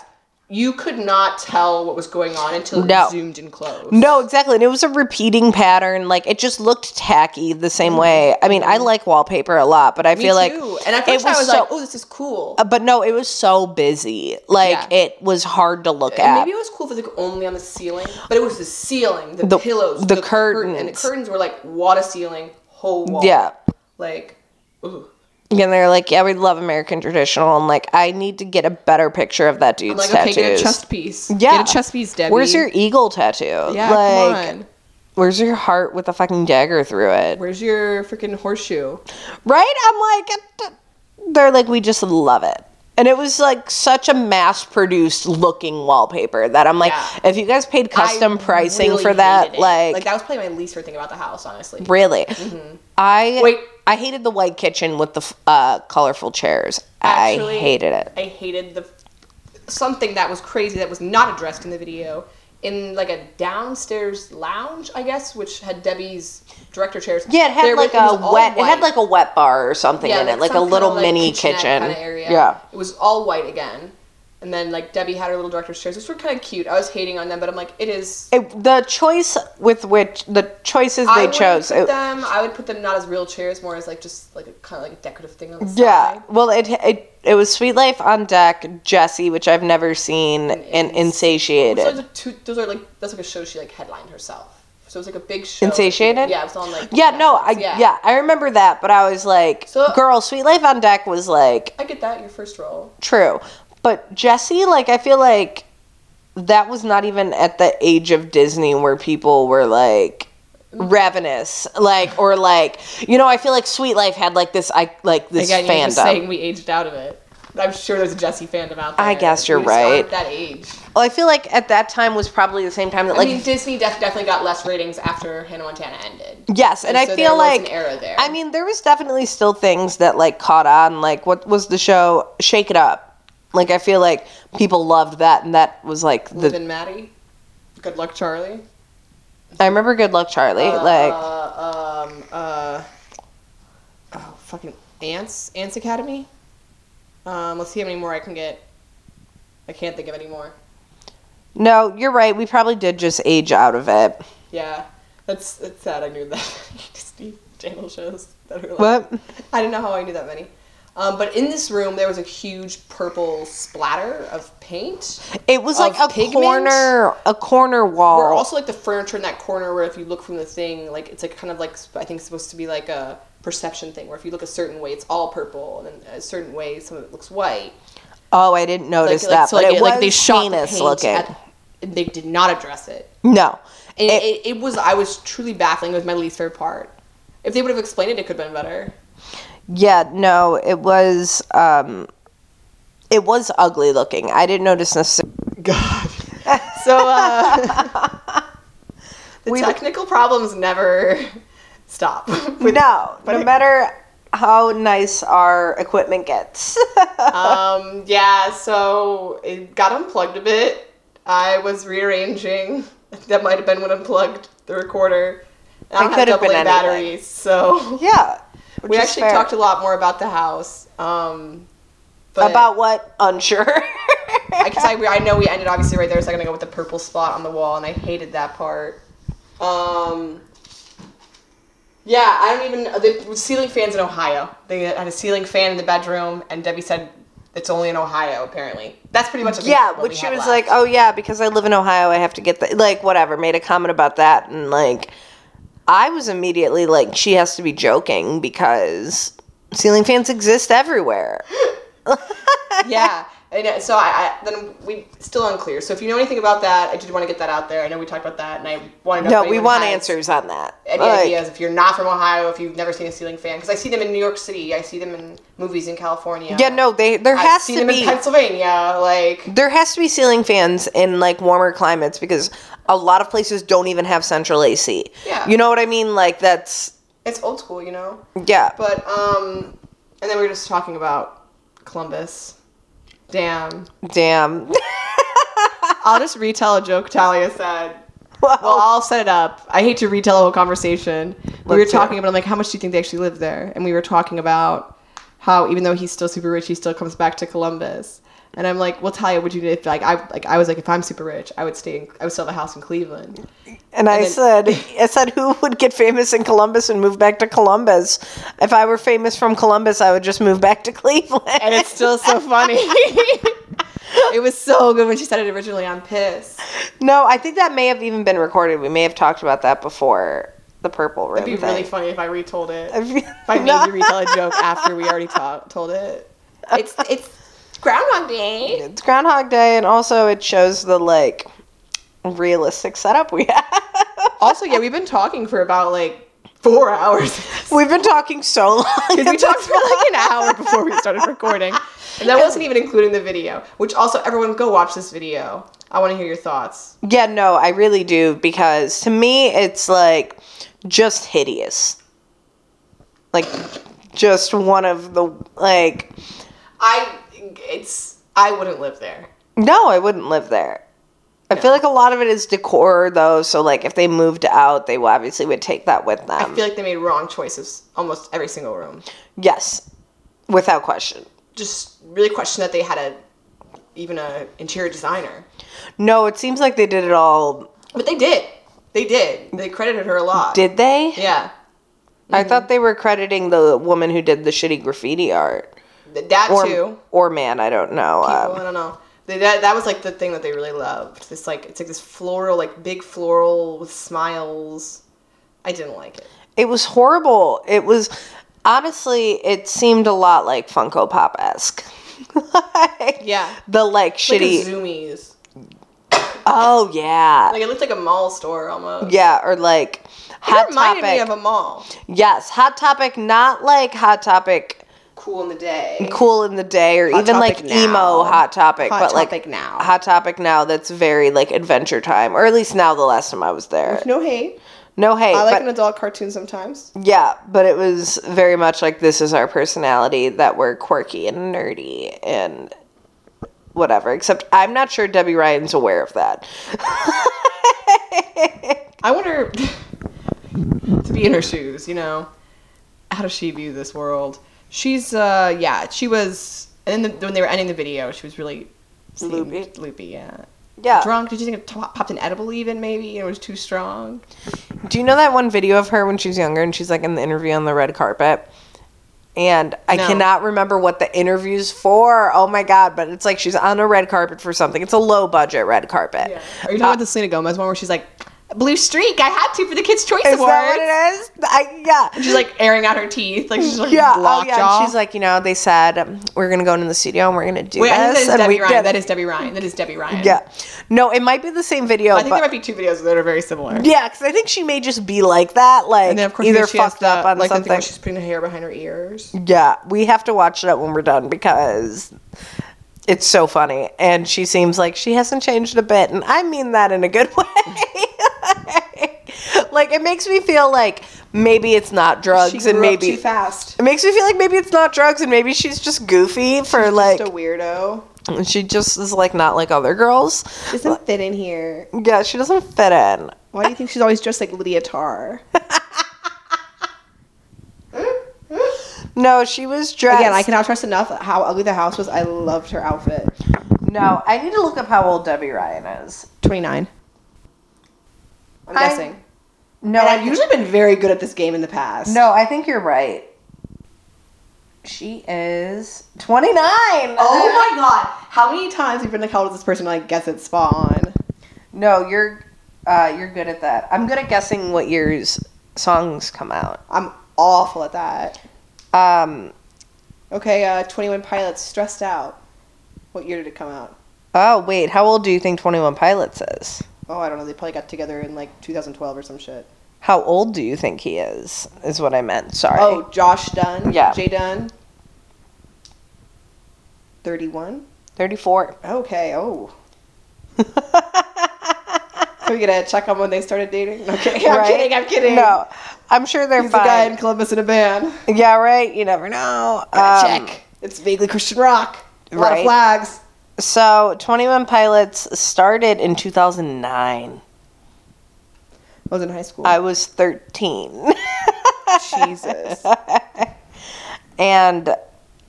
A: You could not tell what was going on until
B: No.
A: it zoomed in close.
B: No, exactly. And it was a repeating pattern. Like it just looked tacky the same way. I mean, I like wallpaper a lot, but I
A: Mm-hmm. Me
B: feel like
A: too. And at first I was
B: so,
A: like, oh, this is cool.
B: Uh, but no, it was so busy. Like
A: Yeah.
B: it was hard to look
A: And
B: at.
A: maybe it was cool if it was like only on the ceiling, but it was the ceiling, the,
B: The-
A: pillows,
B: the
A: curtain- and the
B: curtains.
A: curtains were like wall to ceiling, whole wall.
B: Yeah.
A: Like, ooh.
B: And they're like, yeah, we love American traditional, and like, I need to get a better picture of that dude's
A: I'm like,
B: tattoos.
A: okay, get a chest piece.
B: yeah,
A: Get a chest piece, Debbie.
B: Where's your eagle tattoo? Yeah,
A: Yeah,
B: like,
A: come on.
B: where's your heart with a fucking dagger through it?
A: Where's your freaking horseshoe?
B: Right? I'm like, they're like, we just love it. And it was like such a mass produced looking wallpaper that I'm like,
A: Yeah.
B: if you guys paid custom
A: I
B: pricing
A: really
B: for that,
A: hated it.
B: like,
A: that was probably my least favorite thing about the house, honestly.
B: really. I
A: Mm-hmm. Wait.
B: I hated the white kitchen with the f- uh, colorful chairs. I
A: Actually,
B: hated it.
A: I hated the something that was crazy that was not addressed in the video in like a downstairs lounge, I guess, which had Debbie's director chairs.
B: Yeah, it had
A: There was-
B: like
A: was
B: a
A: all
B: wet. It had
A: white.
B: like a wet bar or something in it, like a
A: some
B: little
A: kinda, like,
B: mini
A: kitchenette
B: kitchen.
A: kinda area.
B: Yeah.
A: it was all white again. And then like Debbie had her little director's chairs, which were kind of cute. I was hating on them, but I'm like, it is.
B: It, the choice with which the choices
A: I
B: they
A: wouldn't
B: chose.
A: put
B: it-
A: them. I would put them not as real chairs, more as like just like a kind of like a decorative thing on the
B: yeah.
A: side.
B: Well, it it it was Sweet Life on Deck, Jesse, which I've never seen, and
A: Ins- Those are
B: Insatiated.
A: the two. Those are like that's like a show she like headlined herself.
C: So it was like a big show.
B: Insatiated?
C: Yeah, it was on like.
B: Yeah, no, I
C: Yeah.
B: yeah. I remember that, but I was like,
C: So-
B: girl, Sweet Life on Deck was like
C: I get that, your first role.
B: true, but Jesse, like, I feel like that was not even at the age of Disney where people were like ravenous, like or like you know, I feel like Sweet Life had like this I like this
A: Again, you're just
B: fandom.
A: saying we aged out of it. But I'm sure there's a Jesse fandom out there.
B: I guess you're
A: We just aren't
B: right.
A: That age.
B: well, I feel like at that time was probably the same time that
A: I
B: like
A: mean, Disney def- definitely got less ratings after Hannah Montana ended.
B: yes, and, I
A: so there
B: feel like
A: was an era there.
B: I mean, there was definitely still things that like caught on. Like, what was the show? Shake It Up. Like, I feel like people loved that, and that was like
A: Liv
B: the.
A: and Maddie. Good luck, Charlie.
B: I remember Good Luck Charlie.
A: Uh,
B: like,
A: um, uh, oh, fucking ants, ants academy. Um, let's see how many more I can get. I can't think of any more.
B: no, you're right. We probably did just age out of it.
A: Yeah, that's that's sad. I knew that many Disney Channel shows that are like.
B: What?
A: I didn't know how I knew that many. Um, but in this room, there was a huge purple splatter of paint.
B: It was like
A: Of
B: a
A: pigment?
B: corner, a corner wall.
A: Or also like the furniture in that corner where if you look from the thing, like it's like kind of like I think it's supposed to be like a perception thing where if you look a certain way, it's all purple, and then a certain way, some of it looks white.
B: oh, I didn't notice that,
A: so,
B: but it was
A: they shot the
B: heinous
A: paint
B: looking.
A: at- and they did not address it.
B: no,
A: And
B: It-
A: it, it, was I was truly baffling. It was my least favorite part. If they would have explained it, it could have been better.
B: Yeah, no, it was um it was ugly looking. I didn't notice necessarily.
A: God. So uh, the
B: We-
A: technical problems never stop.
B: No, no matter how nice our equipment gets.
A: um, yeah, so it got unplugged a bit. I was rearranging. That might have been when unplugged the recorder. I
B: It
A: don't have
B: could have been
A: double A
B: anything.
A: batteries, so
B: yeah.
A: we actually talked a lot more about the house. Um, but
B: about what unsure.
A: because I, I know we ended obviously right there a second ago with the purple spot on the wall, and I hated that part. Um, yeah, I don't even the ceiling fans in Ohio. They had a ceiling fan in the bedroom, and Debbie said it's only in Ohio. Apparently, that's pretty much
B: yeah,
A: what we
B: which she
A: had
B: was
A: left.
B: like, "Oh yeah, because I live in Ohio, I have to get the like whatever." Made a comment about that and like I was immediately like she has to be joking because ceiling fans exist everywhere.
A: yeah. And uh, so I, I then we still unclear. So if you know anything about that, I did want to get that out there. I know we talked about that, and I wanted to know
B: No,
A: if
B: we
A: anyone
B: want
A: has-
B: answers on that.
A: any
B: Like,
A: ideas if you're not from Ohio, if you've never seen a ceiling fan, because I see them in New York City, I see them in movies in California.
B: Yeah, no, they there
A: I
B: has
A: see
B: to
A: them
B: be
A: in Pennsylvania. Like,
B: there has to be ceiling fans in like warmer climates because a lot of places don't even have central AC.
A: Yeah.
B: You know what I mean? Like that's
A: it's old school, you know.
B: yeah.
A: But um, and then we were just talking about Columbus. Damn.
B: Damn.
A: I'll just retell a joke Talia said.
B: well,
A: Well, I'll set it up. I hate to retell a whole conversation. we were
B: Oh. Let's hear
A: talking
B: it.
A: about like how much do you think they actually live there? And we were talking about how even though he's still super rich, he still comes back to Columbus. And I'm like, well, Talia, would you if like I like I was like if I'm super rich, I would stay. In, I would still have a house in Cleveland.
B: and I
A: then-
B: said I said who would get famous in Columbus and move back to Columbus? If I were famous from Columbus, I would just move back to Cleveland.
A: And it's still so funny. it was so good when she said it originally on Piss.
B: no, I think that may have even been recorded. We may have talked about that before the purple room.
A: It'd be really funny if I retold it. If
B: thing.
A: I made you retell a joke after we already ta- told it. It's it's Groundhog Day.
B: It's Groundhog Day, and also it shows the like realistic setup we have.
A: Also, yeah, we've been talking for about like four hours.
B: We've been talking so long.
A: Because we talked for like an hour before we started recording. And that wasn't even including the video, which also, everyone go watch this video. I want to hear your thoughts.
B: Yeah, no, I really do because to me it's like just hideous. Like just one of the like
A: I, it's, I wouldn't live there.
B: no, I wouldn't live there. I feel like a lot of it is decor though, so like if they moved out, they obviously would take that with
A: I
B: them.
A: feel like they made wrong choices almost every single room.
B: yes. Without question.
A: Just really question that they had a, even a interior designer.
B: No, it seems like they did it all.
A: But they did. They did. They credited her a lot.
B: Did they?
A: Yeah. Mm-hmm.
B: I thought they were crediting the woman who did the shitty graffiti art,
A: Th- That
B: or
A: too.
B: or man, I don't know.
A: Well,
B: Um,
A: I don't know. They-
D: They, that that was like the thing that they really loved. This like it's like this floral, like big floral with smiles. I didn't like it.
B: It was horrible. It was honestly, it seemed a lot like Funko Pop esque. like,
D: Yeah.
B: The like
D: Like a
B: shitty.
D: Zoomies.
B: oh yeah,
D: Like it looked like a mall store almost.
B: yeah, or like Hot
D: it reminded
B: Topic.
D: me of a mall.
B: yes, Hot Topic, not like Hot Topic.
D: Cool in the day.
B: Cool in the day, or
A: Hot
B: even
A: Topic
B: like
A: now.
B: emo Hot Topic,
A: Hot
B: but
A: Topic
B: like
A: now.
B: Hot Topic now. That's very like Adventure Time, or at least now. The last time I was there,
A: No hate.
B: no hate.
A: I like
B: but-
A: an adult cartoon sometimes.
B: Yeah, but it was very much like this is our personality that we're quirky and nerdy and whatever. Except I'm not sure Debbie Ryan's aware of that.
D: I wonder to be in her shoes, you know. How does she view this world? She's uh yeah, she was and then the, when they were ending the video, she was really seemed
B: Loopy.
D: Loopy, yeah.
B: Yeah.
D: Drunk? Did you think it to- popped an edible even maybe? It was too strong.
B: Do you know that one video of her when she's younger and she's like in the interview on the red carpet? And I
D: No.
B: cannot remember what the interview's for. Oh my god! But it's like she's on a red carpet for something. It's a low budget red carpet.
D: Are you talking about the Selena Gomez one where she's like, "Blue streak, I had to for the Kids Choice
B: Is that
D: Awards."
B: what it is? I, yeah.
D: She's like airing out her teeth, like she's like
B: yeah, oh
D: blocked
B: yeah.
D: jaw.
B: And she's like, you know, they said um, we're gonna go into the studio and we're gonna do
D: Wait, I think that
B: this,
D: is
B: and
D: Debbie
B: we
D: Ryan.
B: did.
D: That is Debbie Ryan. That is Debbie Ryan.
B: yeah. No, it might be the same video,
D: I think
B: but
D: there might be two videos that are very similar.
B: yeah, because I think she may just be like that, like
D: And then of course
B: either
D: then she has
B: fucked up
D: the-
B: on
D: like the thing
B: something.
D: where she's putting her hair behind her ears.
B: Yeah, we have to watch it up when we're done because it's so funny, and she seems like she hasn't changed a bit, and I mean that in a good way. like it makes me feel like maybe it's not drugs,
A: She
B: and
A: grew up
B: maybe
A: too fast.
B: It makes me feel like maybe it's not drugs and maybe she's just goofy for like
A: Just a weirdo.
B: she just is like not like other girls.
A: Doesn't fit in here.
B: Yeah, she doesn't fit in.
A: Why do you think she's always dressed like Lydia Tarr?
B: No, she was dressed.
A: Again, I cannot trust enough how ugly the house was. I loved her outfit.
B: No, I need to look up how old Debbie Ryan is.
A: 29. I'm
B: Hi.
A: guessing.
B: No,
A: and
B: I
A: I've usually been very good at this game in the past.
B: no, I think you're right. She is 29.
A: Oh my god. How many times have you been like, how old is this person? Like, guess it's spawn.
B: No, you're uh, you're good at that. I'm good at guessing what years songs come out.
A: I'm awful at that.
B: Um,
A: Okay, uh, 21 Pilots, stressed out. What year did it come out?
B: oh wait, how old do you think 21 Pilots is?
A: Oh, I don't know. They probably got together in like 2012 or some shit.
B: How old do you think he is? Is what I meant. Sorry.
A: Oh, Josh Dunn.
B: Yeah.
A: Jay Dunn. 31.
B: 34.
A: Okay, oh. Can we get a check on when they started dating? Okay, I'm
B: Right?
A: kidding, I'm kidding.
B: No, I'm sure they're
A: He's the guy in
B: fine. Um,
A: Columbus in a band.
B: Yeah, right. You never know.
A: Gotta
B: Um,
A: check. It's vaguely Christian rock. A lot
B: Right.
A: of flags.
B: So, 21 Pilots started in 2009.
A: I was in high school.
B: I was 13. Oh,
A: Jesus.
B: and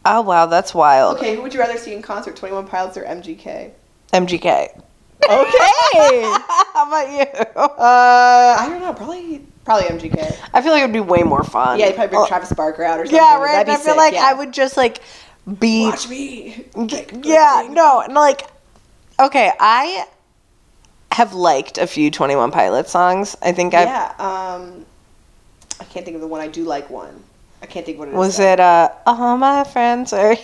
B: oh wow, that's wild.
A: Okay, who would you rather see in concert, 21 Pilots or MGK?
B: MGK.
A: Okay.
B: How about you?
A: Uh, I don't know. Probably, probably MGK.
B: I feel like it would be way more fun.
A: Yeah, you probably bring
B: Oh,
A: Travis Barker out or something.
B: Yeah, right.
A: That'd
B: And
A: be
B: I feel
A: sick,
B: like
A: yeah.
B: I would just like be
A: watch me.
B: yeah, no, and like, okay, I have liked a few Twenty One Pilot songs. I think I
A: Yeah. Um, I can't think of the one. I do like one. I can't think of what it is.
B: was
A: though.
B: it. Uh, all my friends are.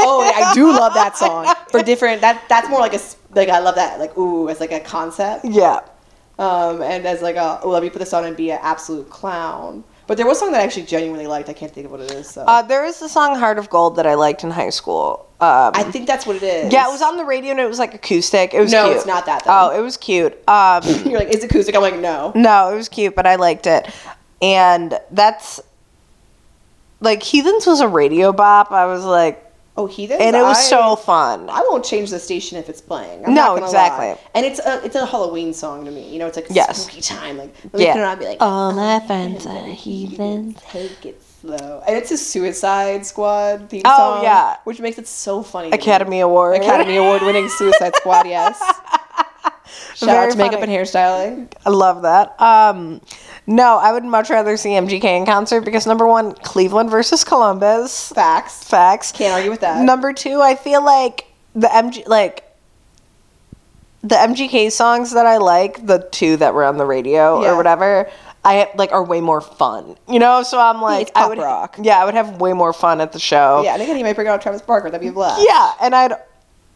A: Oh, and I do love that song for different. That that's more like a s- like I love that like ooh as like a concept.
B: yeah,
A: Um, and as like a oh let me put this on and be an absolute clown. But there was a song that I actually genuinely liked. I can't think of what it is. So
B: uh, there is the song "Heart of Gold" that I liked in high school. Um,
A: I think that's what it is.
B: yeah, it was on the radio and it was like acoustic. It was
A: No,
B: cute.
A: it's not that, though.
B: Oh, it was cute. Um,
A: You're like it's acoustic. I'm like no.
B: No, it was cute, but I liked it. And that's like Heathens was a radio bop. I was like,
A: Oh, heathen.
B: and it was
A: I-
B: so fun.
A: I won't change the station if it's playing. I'm
B: No,
A: not gonna
B: exactly.
A: lie. And it's a it's a Halloween song to me. You know, it's like
B: Yes.
A: spooky time. Like let me
B: Yeah.
A: put it on and be like, "Oh,
E: All my friends are heathens.
A: take it slow. And it's a Suicide Squad theme
B: Oh,
A: song.
B: yeah.
A: which makes it so funny. to me.
B: Academy Award.
A: Academy Award winning Suicide Squad. Yes. Shout
B: Very
A: out to makeup and
B: funny.
A: hairstyling.
B: I love that. Um, no, I would much rather see MGK in concert because number one, Cleveland versus Columbus.
A: Facts.
B: Facts.
A: Can't argue with that.
B: Number two, I feel like the MG like the MGK songs that I like, the two that were on the radio
C: Yeah.
B: or whatever, I like are way more fun. You know, so I'm like
C: it's pop
B: I would,
C: rock.
B: Yeah, I would have way more fun at the show.
C: Yeah, and again, he might bring out Travis Barker. That'd be a blast.
B: Oh. Yeah, and I'd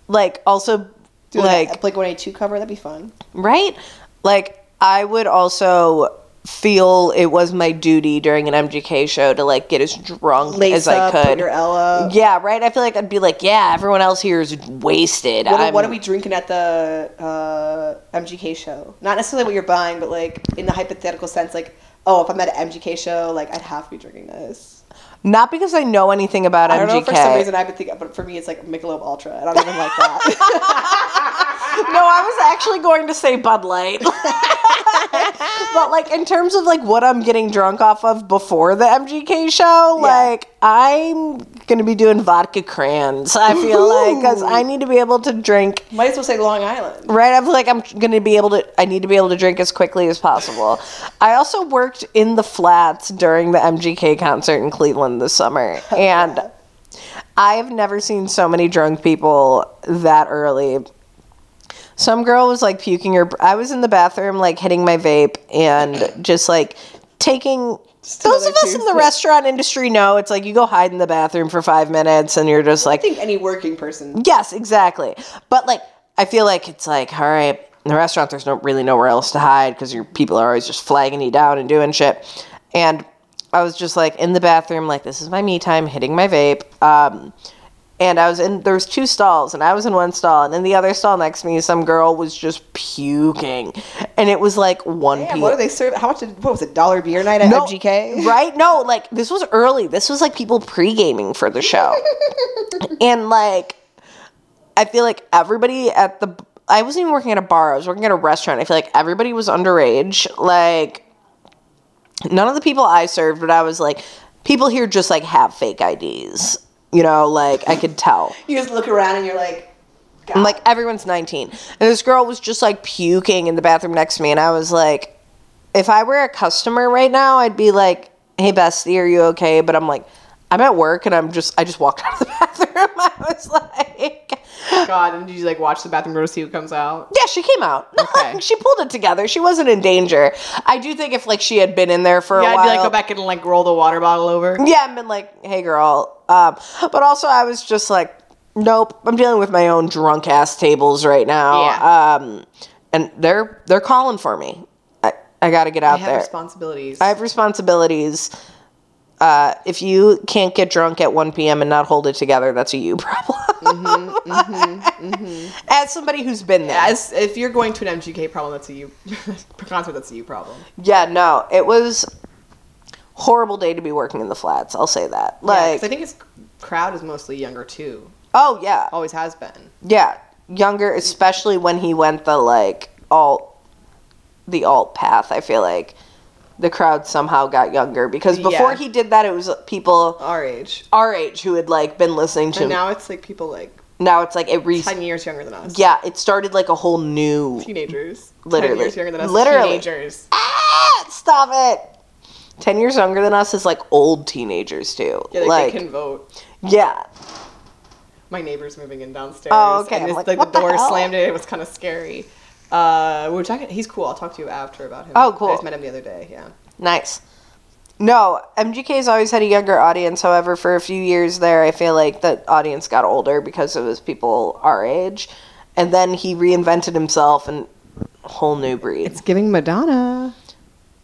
B: like also
C: Do like,
B: like
C: like a Blink One Eight Two cover. That'd be fun.
B: right? Like I would also feel it was my duty during an MGK show to like get as drunk
C: Lace
B: as I
C: up,
B: could.
C: Peter Ella.
B: Yeah, right. I feel like I'd be like, yeah, everyone else here is wasted.
C: What, are-
B: I'm-
C: what are we drinking at the uh, MGK show? Not necessarily what you're buying, but like in the hypothetical sense, like oh, if I'm at an MGK show, like I'd have to be drinking this.
B: Not because I know anything about
C: I don't
B: MGK.
C: know for some reason I've been thinking, but for me it's like Michelob Ultra. I don't even like that.
B: No, I was actually going to say Bud Light. but like in terms of like what I'm getting drunk off of before the MGK show,
C: Yeah.
B: like I'm gonna be doing vodka crayons. I feel like because I need to be able to drink.
C: Might as well say Long Island.
B: Right, I feel like I'm gonna be able to. I need to be able to drink as quickly as possible. I also worked in the flats during the MGK concert in Cleveland this summer, and I have never seen so many drunk people that early. Some girl was like puking her. I was in the bathroom, like hitting my vape, and just like taking. Those of
C: another
B: us in the
C: toothpick.
B: restaurant industry know it's like you go hide in the bathroom for five minutes, and you're just like,
C: I think any working person.
B: Yes, exactly. But like, I feel like it's like, all right, in the restaurant, there's no really nowhere else to hide because your people are always just flagging you down and doing shit. And I was just like in the bathroom, like this is my me time, hitting my vape. Um, and I was in there was two stalls, and I was in one stall, and in the other stall next to me, some girl was just puking, and it was like one
C: Damn,
B: p.m.
C: what do they serve? How much? Did, what was it? Dollar beer night at
B: No,
C: MGK?
B: Right? No, like this was early. This was like people pre gaming for the show. and like, I feel like everybody at the. I wasn't even working at a bar, I was working at a restaurant. I feel like everybody was underage. Like, none of the people I served, but I was like, people here just like have fake IDs. You know, like I could tell.
C: You just look around and you're like,
B: I'm like, everyone's 19. And this girl was just like puking in the bathroom next to me. And I was like, if I were a customer right now, I'd be like, hey, bestie, are you okay? But I'm like, I'm at work and I'm just, I just walked out of the bathroom. I was like,
A: God, and did you like watch the bathroom door to see who comes out?
B: yeah, she came out.
A: Okay.
B: she pulled it together. She wasn't in danger. I do think if like she had been in there for
A: Yeah,
B: a
A: I'd
B: while.
A: be like, "Oh, go back and like roll the water bottle over.
B: Yeah, I've been like, hey, girl. Um, but also, I was just like, nope. I'm dealing with my own drunk ass tables right now.
A: Yeah.
B: Um, and they're they're calling for me. I, I got to get
A: I
B: out
A: have
B: there.
A: responsibilities.
B: I have responsibilities. Uh, if you can't get drunk at 1 p.m. and not hold it together, that's a you problem.
A: Mm-hmm,
B: As somebody who's been there,
A: As if you're going to an MGK problem, that's a you concert. That's a you problem.
B: yeah, no, it was horrible day to be working in the flats. I'll say that.
A: Yeah,
B: Like,
A: 'cause I think its crowd is mostly younger too.
B: oh yeah,
A: Always has been.
B: Yeah, younger, especially when he went the like alt, the alt path. I feel like the crowd somehow got younger because before
A: Yeah.
B: he did that, it was people
A: Our age.
B: our age who had like been listening to.
A: And
B: him. Now,
A: now it's like people like
B: it's like it re.
A: ten years younger than us.
B: Yeah, it started like a whole new.
A: Teenagers.
B: Literally.
A: Ten years younger than us.
B: Literally.
A: Teenagers.
B: Ah, stop it. Ten years younger than us is like old teenagers too.
A: Yeah, like,
B: like
A: they can vote.
B: yeah,
A: My neighbor's moving in downstairs.
B: Oh, okay.
A: And
B: I'm
A: this,
B: like,
A: like,
B: what the
A: the door
B: hell?
A: slammed it. It was kind of scary. Uh, we were talking. He's cool. I'll talk to you after about him.
B: Oh, cool.
A: I just met him the other day. Yeah.
B: Nice. No, MGK's always had a younger audience. However, for a few years there, I feel like the audience got older because it was people our age. And then he reinvented himself and whole new breed.
A: giving Madonna.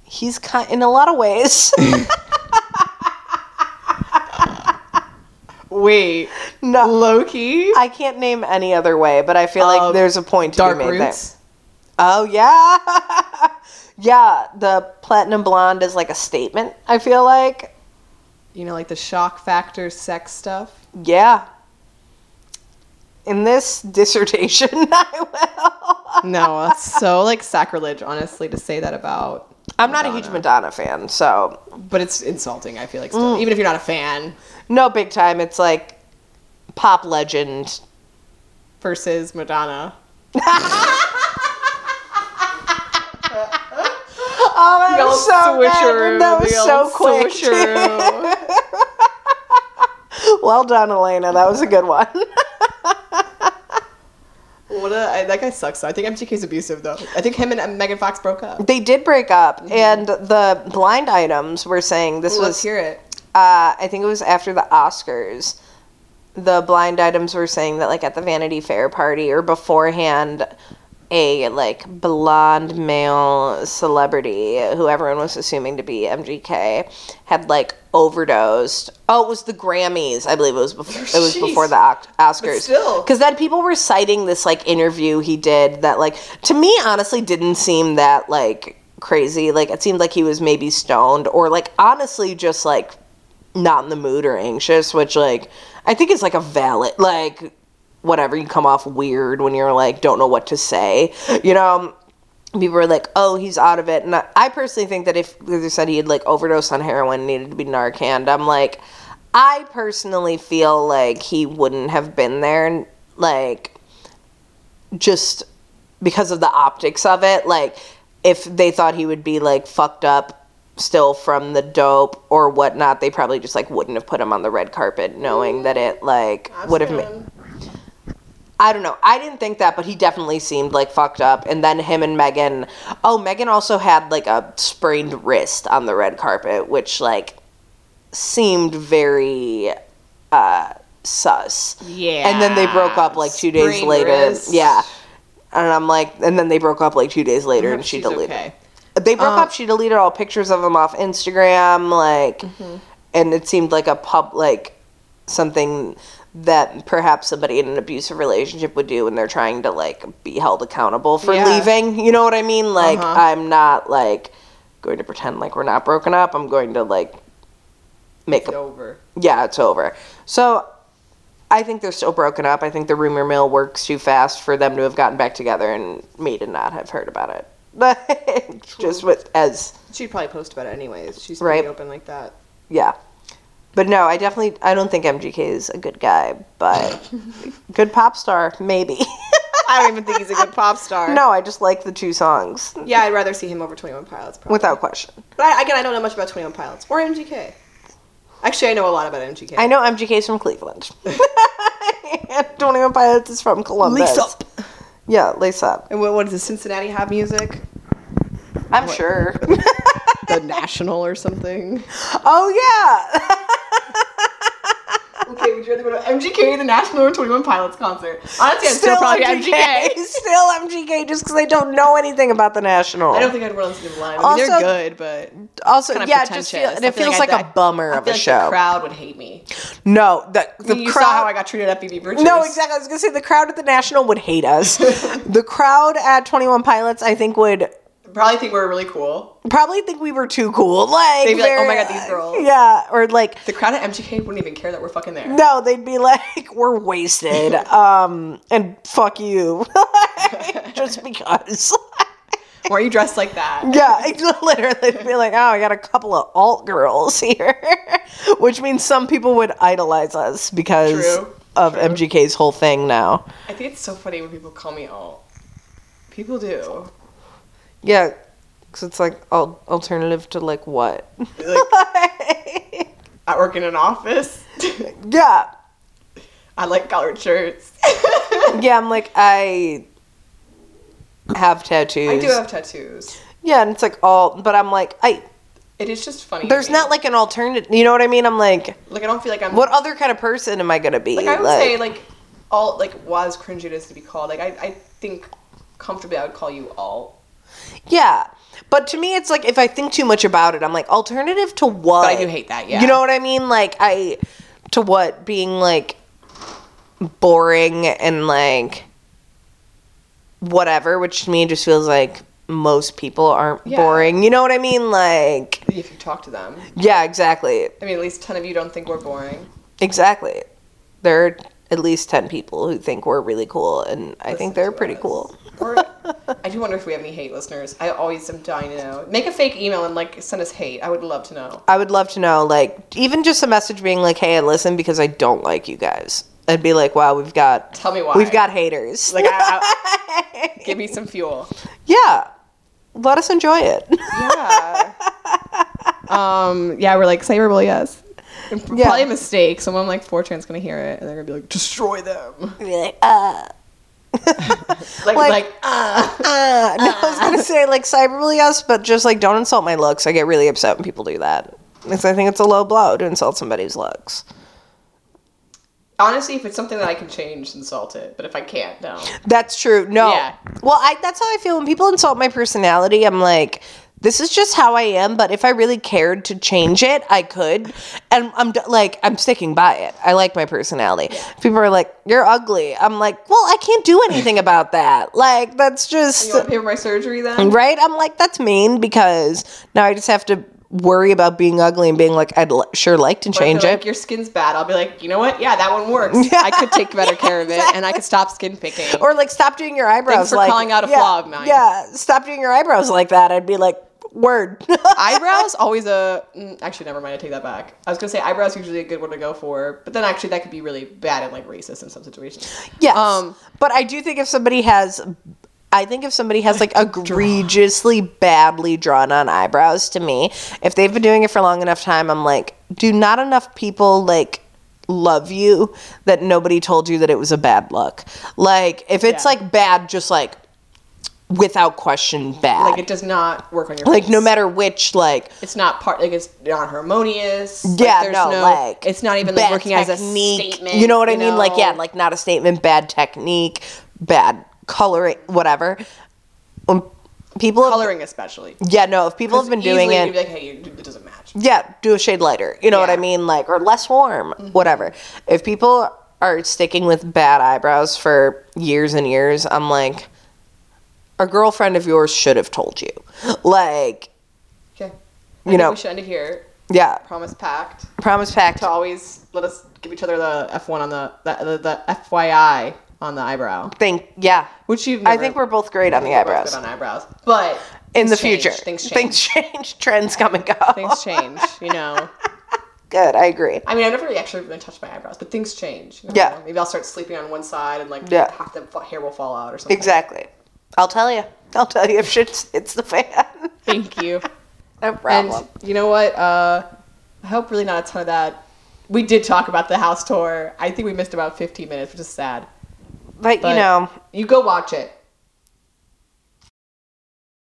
B: He's kind in a lot of ways.
A: Wait.
B: no,
A: Loki.
B: I can't name any other way, but I feel like
A: Um,
B: there's a point to
A: Dark
B: be made there.
A: roots.
B: Oh yeah, yeah. The platinum blonde is like a statement. I feel like
A: You know, like the shock factor, sex stuff.
B: yeah. In this dissertation, I will.
A: No, that's so like sacrilege, honestly, to say that about.
B: I'm not a huge Madonna fan, so
A: But it's insulting. I feel like,
B: Mm.
A: still. even if you're not a fan,
B: no big time. It's like pop legend.
A: versus Madonna.
B: Oh, that
A: Y'all
B: was so good.
A: switcheroo.
B: That was
A: Y'all
B: so quick.
A: switcheroo.
B: well done, Elena. That was a good one.
A: What a, I, that guy sucks. Though. I think MGK's abusive though. I think him and um, Megan Fox broke up.
B: They did break up, and the blind items were saying this
A: Let's
B: was.
A: hear it.
B: Uh, I think it was after the Oscars. The blind items were saying that, like at the Vanity Fair party or beforehand, a like blonde male celebrity who everyone was assuming to be MGK had like overdosed. Oh, it was the Grammys, I believe it was before. It was
A: Jeez.
B: before the Oc- Oscars.
A: still.
B: because then people were citing this like interview he did that like to me honestly didn't seem that like crazy. Like it seemed like he was maybe stoned or like honestly just like not in the mood or anxious, which like I think is like a valid like whatever you come off weird when you're like don't know what to say, you know. People were like, "Oh, he's out of it," and I, I personally think that if they said he had like overdosed on heroin, needed to be Narcan, I'm like, I personally feel like he wouldn't have been there, and like just because of the optics of it like if they thought he would be like fucked up still from the dope or whatnot they probably just like wouldn't have put him on the red carpet knowing that it like would have made I don't know. I didn't think that, but he definitely seemed like fucked up. And then him and Megan. Oh, Megan also had like a sprained wrist on the red carpet, which like seemed very uh sus.
A: Yeah.
B: And then they broke up like two days
A: Sprained
B: later.
A: wrist.
B: Yeah. And I'm like, and then they broke up like two days later, and she
A: She's
B: deleted.
A: okay.
B: They broke up. She deleted all pictures of him off Instagram, like, and it seemed like a pub, like something that perhaps somebody in an abusive relationship would do when they're trying to like be held accountable for
A: Yeah.
B: leaving. You know what I mean? Like, I'm not like going to pretend like we're not broken up. I'm going to like make
A: It's
B: a
A: over.
B: yeah, it's over. So I think they're still broken up. I think the rumor mill works too fast for them to have gotten back together and me to not have heard about it. Like, just with as
A: She'd probably post about it anyways. She's
B: Right.
A: pretty open like that.
B: yeah. But no, I definitely I don't think MGK is a good guy, but good pop star maybe.
A: I don't even think he's a good pop star.
B: no, I just like the two songs
A: Yeah, I'd rather see him over Twenty One Pilots. Probably.
B: without question.
A: But I, again, I don't know much about Twenty One Pilots or MGK. Actually, I know a lot about MGK.
B: I know MGK's from Cleveland. and 21 Pilots is from Columbus.
A: Lace up.
B: Yeah, lace up.
A: And what, what is it? Cincinnati have music?
B: I'm sure.
A: The National or something?
B: oh yeah.
A: Okay, would you rather go to MGK, the National, or Twenty One Pilots concert? Honestly, I'm still, probably MGK.
B: Still MGK, just because I don't know anything about the national.
A: I don't think I'd want to see them live. I mean,
B: Also-
A: they're good, but
B: also,
A: kind of
B: yeah, it
A: pretentious.
B: just feel, and
A: I
B: it
A: feel
B: feels
A: like
B: like,
A: I-
B: a bummer
A: I
B: of
A: feel
B: a
A: like
B: show.
A: the crowd would hate me.
B: no, the the
A: you
B: crowd.
A: saw how I got treated at BB Bridges.
B: no, exactly. I was gonna say the crowd at the national would hate us. the crowd at Twenty One Pilots, I think, would
A: Probably think we're really cool.
B: probably think we were too cool. Like
A: They'd be like, "Oh my
B: very-
A: God, these girls."
B: Yeah, or like
A: The crowd at MGK wouldn't even care that we're fucking there.
B: No, they'd be like, "We're wasted," um, and fuck you, just because.
A: Why are you dressed like that?
B: Yeah, I just literally be like, oh, I got a couple of alt girls here, which means some people would idolize us because
A: True,
B: of
A: true.
B: MGK's whole thing now.
A: I think it's so funny when people call me alt. People do.
B: Yeah, because it's like al- alternative to like what?
A: I work in an office.
B: yeah,
A: I like collared shirts.
B: yeah. I'm like I have tattoos.
A: I do have tattoos.
B: Yeah, and it's like all, but I'm like I.
A: It is just funny. to
B: There's
A: me.
B: not like an alternative. You know what I mean? I'm like,
A: like I don't feel like I'm
B: what other kind of person am I gonna be?
A: like I would say like alt like was cringy it is to be called. Like I, I think comfortably I would call you alt.
B: Yeah. But to me, it's like if I think too much about it, I'm like, alternative to what?
A: But I do hate that, yeah.
B: You know what I mean? Like, I, to what? Being like boring and like whatever, which to me just feels like most people aren't
A: Yeah.
B: boring. You know what I mean? Like,
A: If you talk to them.
B: yeah, exactly.
A: I mean at least ten of you don't think we're boring.
B: Exactly. There are at least 10 people who think we're really cool, and I
A: Listen
B: think they're
A: to
B: pretty
A: us.
B: cool.
A: Or I do wonder if we have any hate listeners. I always am dying to know. Make a fake email and like send us hate. I would love to know.
B: I would love to know, like, even just a message being like, "Hey, I listen because I don't like you guys." I'd be like, "Wow, we've got
A: Tell me why.
B: we've got haters."
A: like I, I, give me some fuel.
B: yeah, let us enjoy it.
A: Yeah. um. Yeah. We're like cyberbully. Yes. And p-
B: Yeah.
A: Probably a mistake. Someone like 4chan's gonna hear it and they're gonna be like, destroy them.
B: Be like, uh.
A: Like,
B: Like-
A: like, uh.
B: Uh, no, I was gonna say like cyberbully us, but just like don't insult my looks. I get really upset when people do that. Because I think it's a low blow to insult somebody's looks.
A: Honestly, if it's something that I can change, insult it. But if I can't, no.
B: That's true. No.
A: Yeah.
B: Well, I that's how I feel when people insult my personality. I'm like, this is just how I am. But if I really cared to change it, I could. And I'm d- like, I'm sticking by it. I like my personality. People are like, you're ugly. I'm like, well, I can't do anything about that. Like, that's just
A: You want to pay for my surgery then?
B: right. I'm like, that's mean because now I just have to worry about being ugly and being like, I'd l- sure like
A: Or
B: to
A: if
B: change
A: they're
B: it.
A: Like, Your skin's bad. I'll be like, you know what? Yeah, that one works. I could take better care of it, and I could stop skin picking.
B: or like stop doing your eyebrows.
A: for
B: like,
A: calling out a
B: yeah,
A: flaw of mine.
B: Yeah, stop doing your eyebrows like that. I'd be like, word.
A: eyebrows always a mm, actually never mind i take that back i was gonna say eyebrows usually a good one to go for but then actually that could be really bad and like racist in some situations
B: yes.
A: Um,
B: but I do think if somebody has, I think if somebody has like egregiously badly drawn on eyebrows, to me, if they've been doing it for long enough time, I'm like, do not enough people like love you that nobody told you that it was a bad look? Like if it's
A: Yeah.
B: like bad, just like without question bad.
A: like it does not work on your
B: like
A: face.
B: no matter which like
A: it's not part like it's not harmonious Like,
B: Yeah, no, like,
A: it's not even like
B: bad
A: working as a statement
B: You know what I mean? Like, yeah,
A: know?
B: like not a statement, bad technique, bad coloring, whatever. Um, people, have-
A: coloring especially
B: yeah, no, if people have been doing
A: Easily
B: it,
A: you'd be like hey you- it doesn't match
B: yeah, do a shade lighter. You know what I
A: Yeah. Mm-hmm.
B: mean? Like, or less warm, whatever. If people are sticking with bad eyebrows for years and years, I'm like, a girlfriend of yours should have told you. Like,
A: okay I
B: You
A: think
B: know.
A: we should end it here
B: yeah,
A: promise packed
B: promise packed.
A: to always let us give each other the f1 on the the, the, the fyi on the eyebrow
B: Think, yeah.
A: which you've
B: I
A: never-
B: think we're both great on the
A: We're both
B: eyebrows.
A: good on eyebrows but
B: in the
A: things change.
B: future.
A: things change
B: Trends come and go.
A: things change, you know.
B: Good. I agree.
A: I mean, I've never really actually been touched my eyebrows, but things change. you know?
B: Yeah.
A: Maybe I'll start sleeping on one side and like
B: Yeah.
A: half the fa- hair will fall out or something.
B: Exactly. I'll tell you. I'll tell you if shit hits the fan.
A: Thank you.
B: no
A: and
B: problem.
A: you know what? Uh, I hope really not a ton of that. We did talk about the house tour. I think we missed about 15 minutes, which is sad.
B: but,
A: but-
B: you know,
A: You go watch it.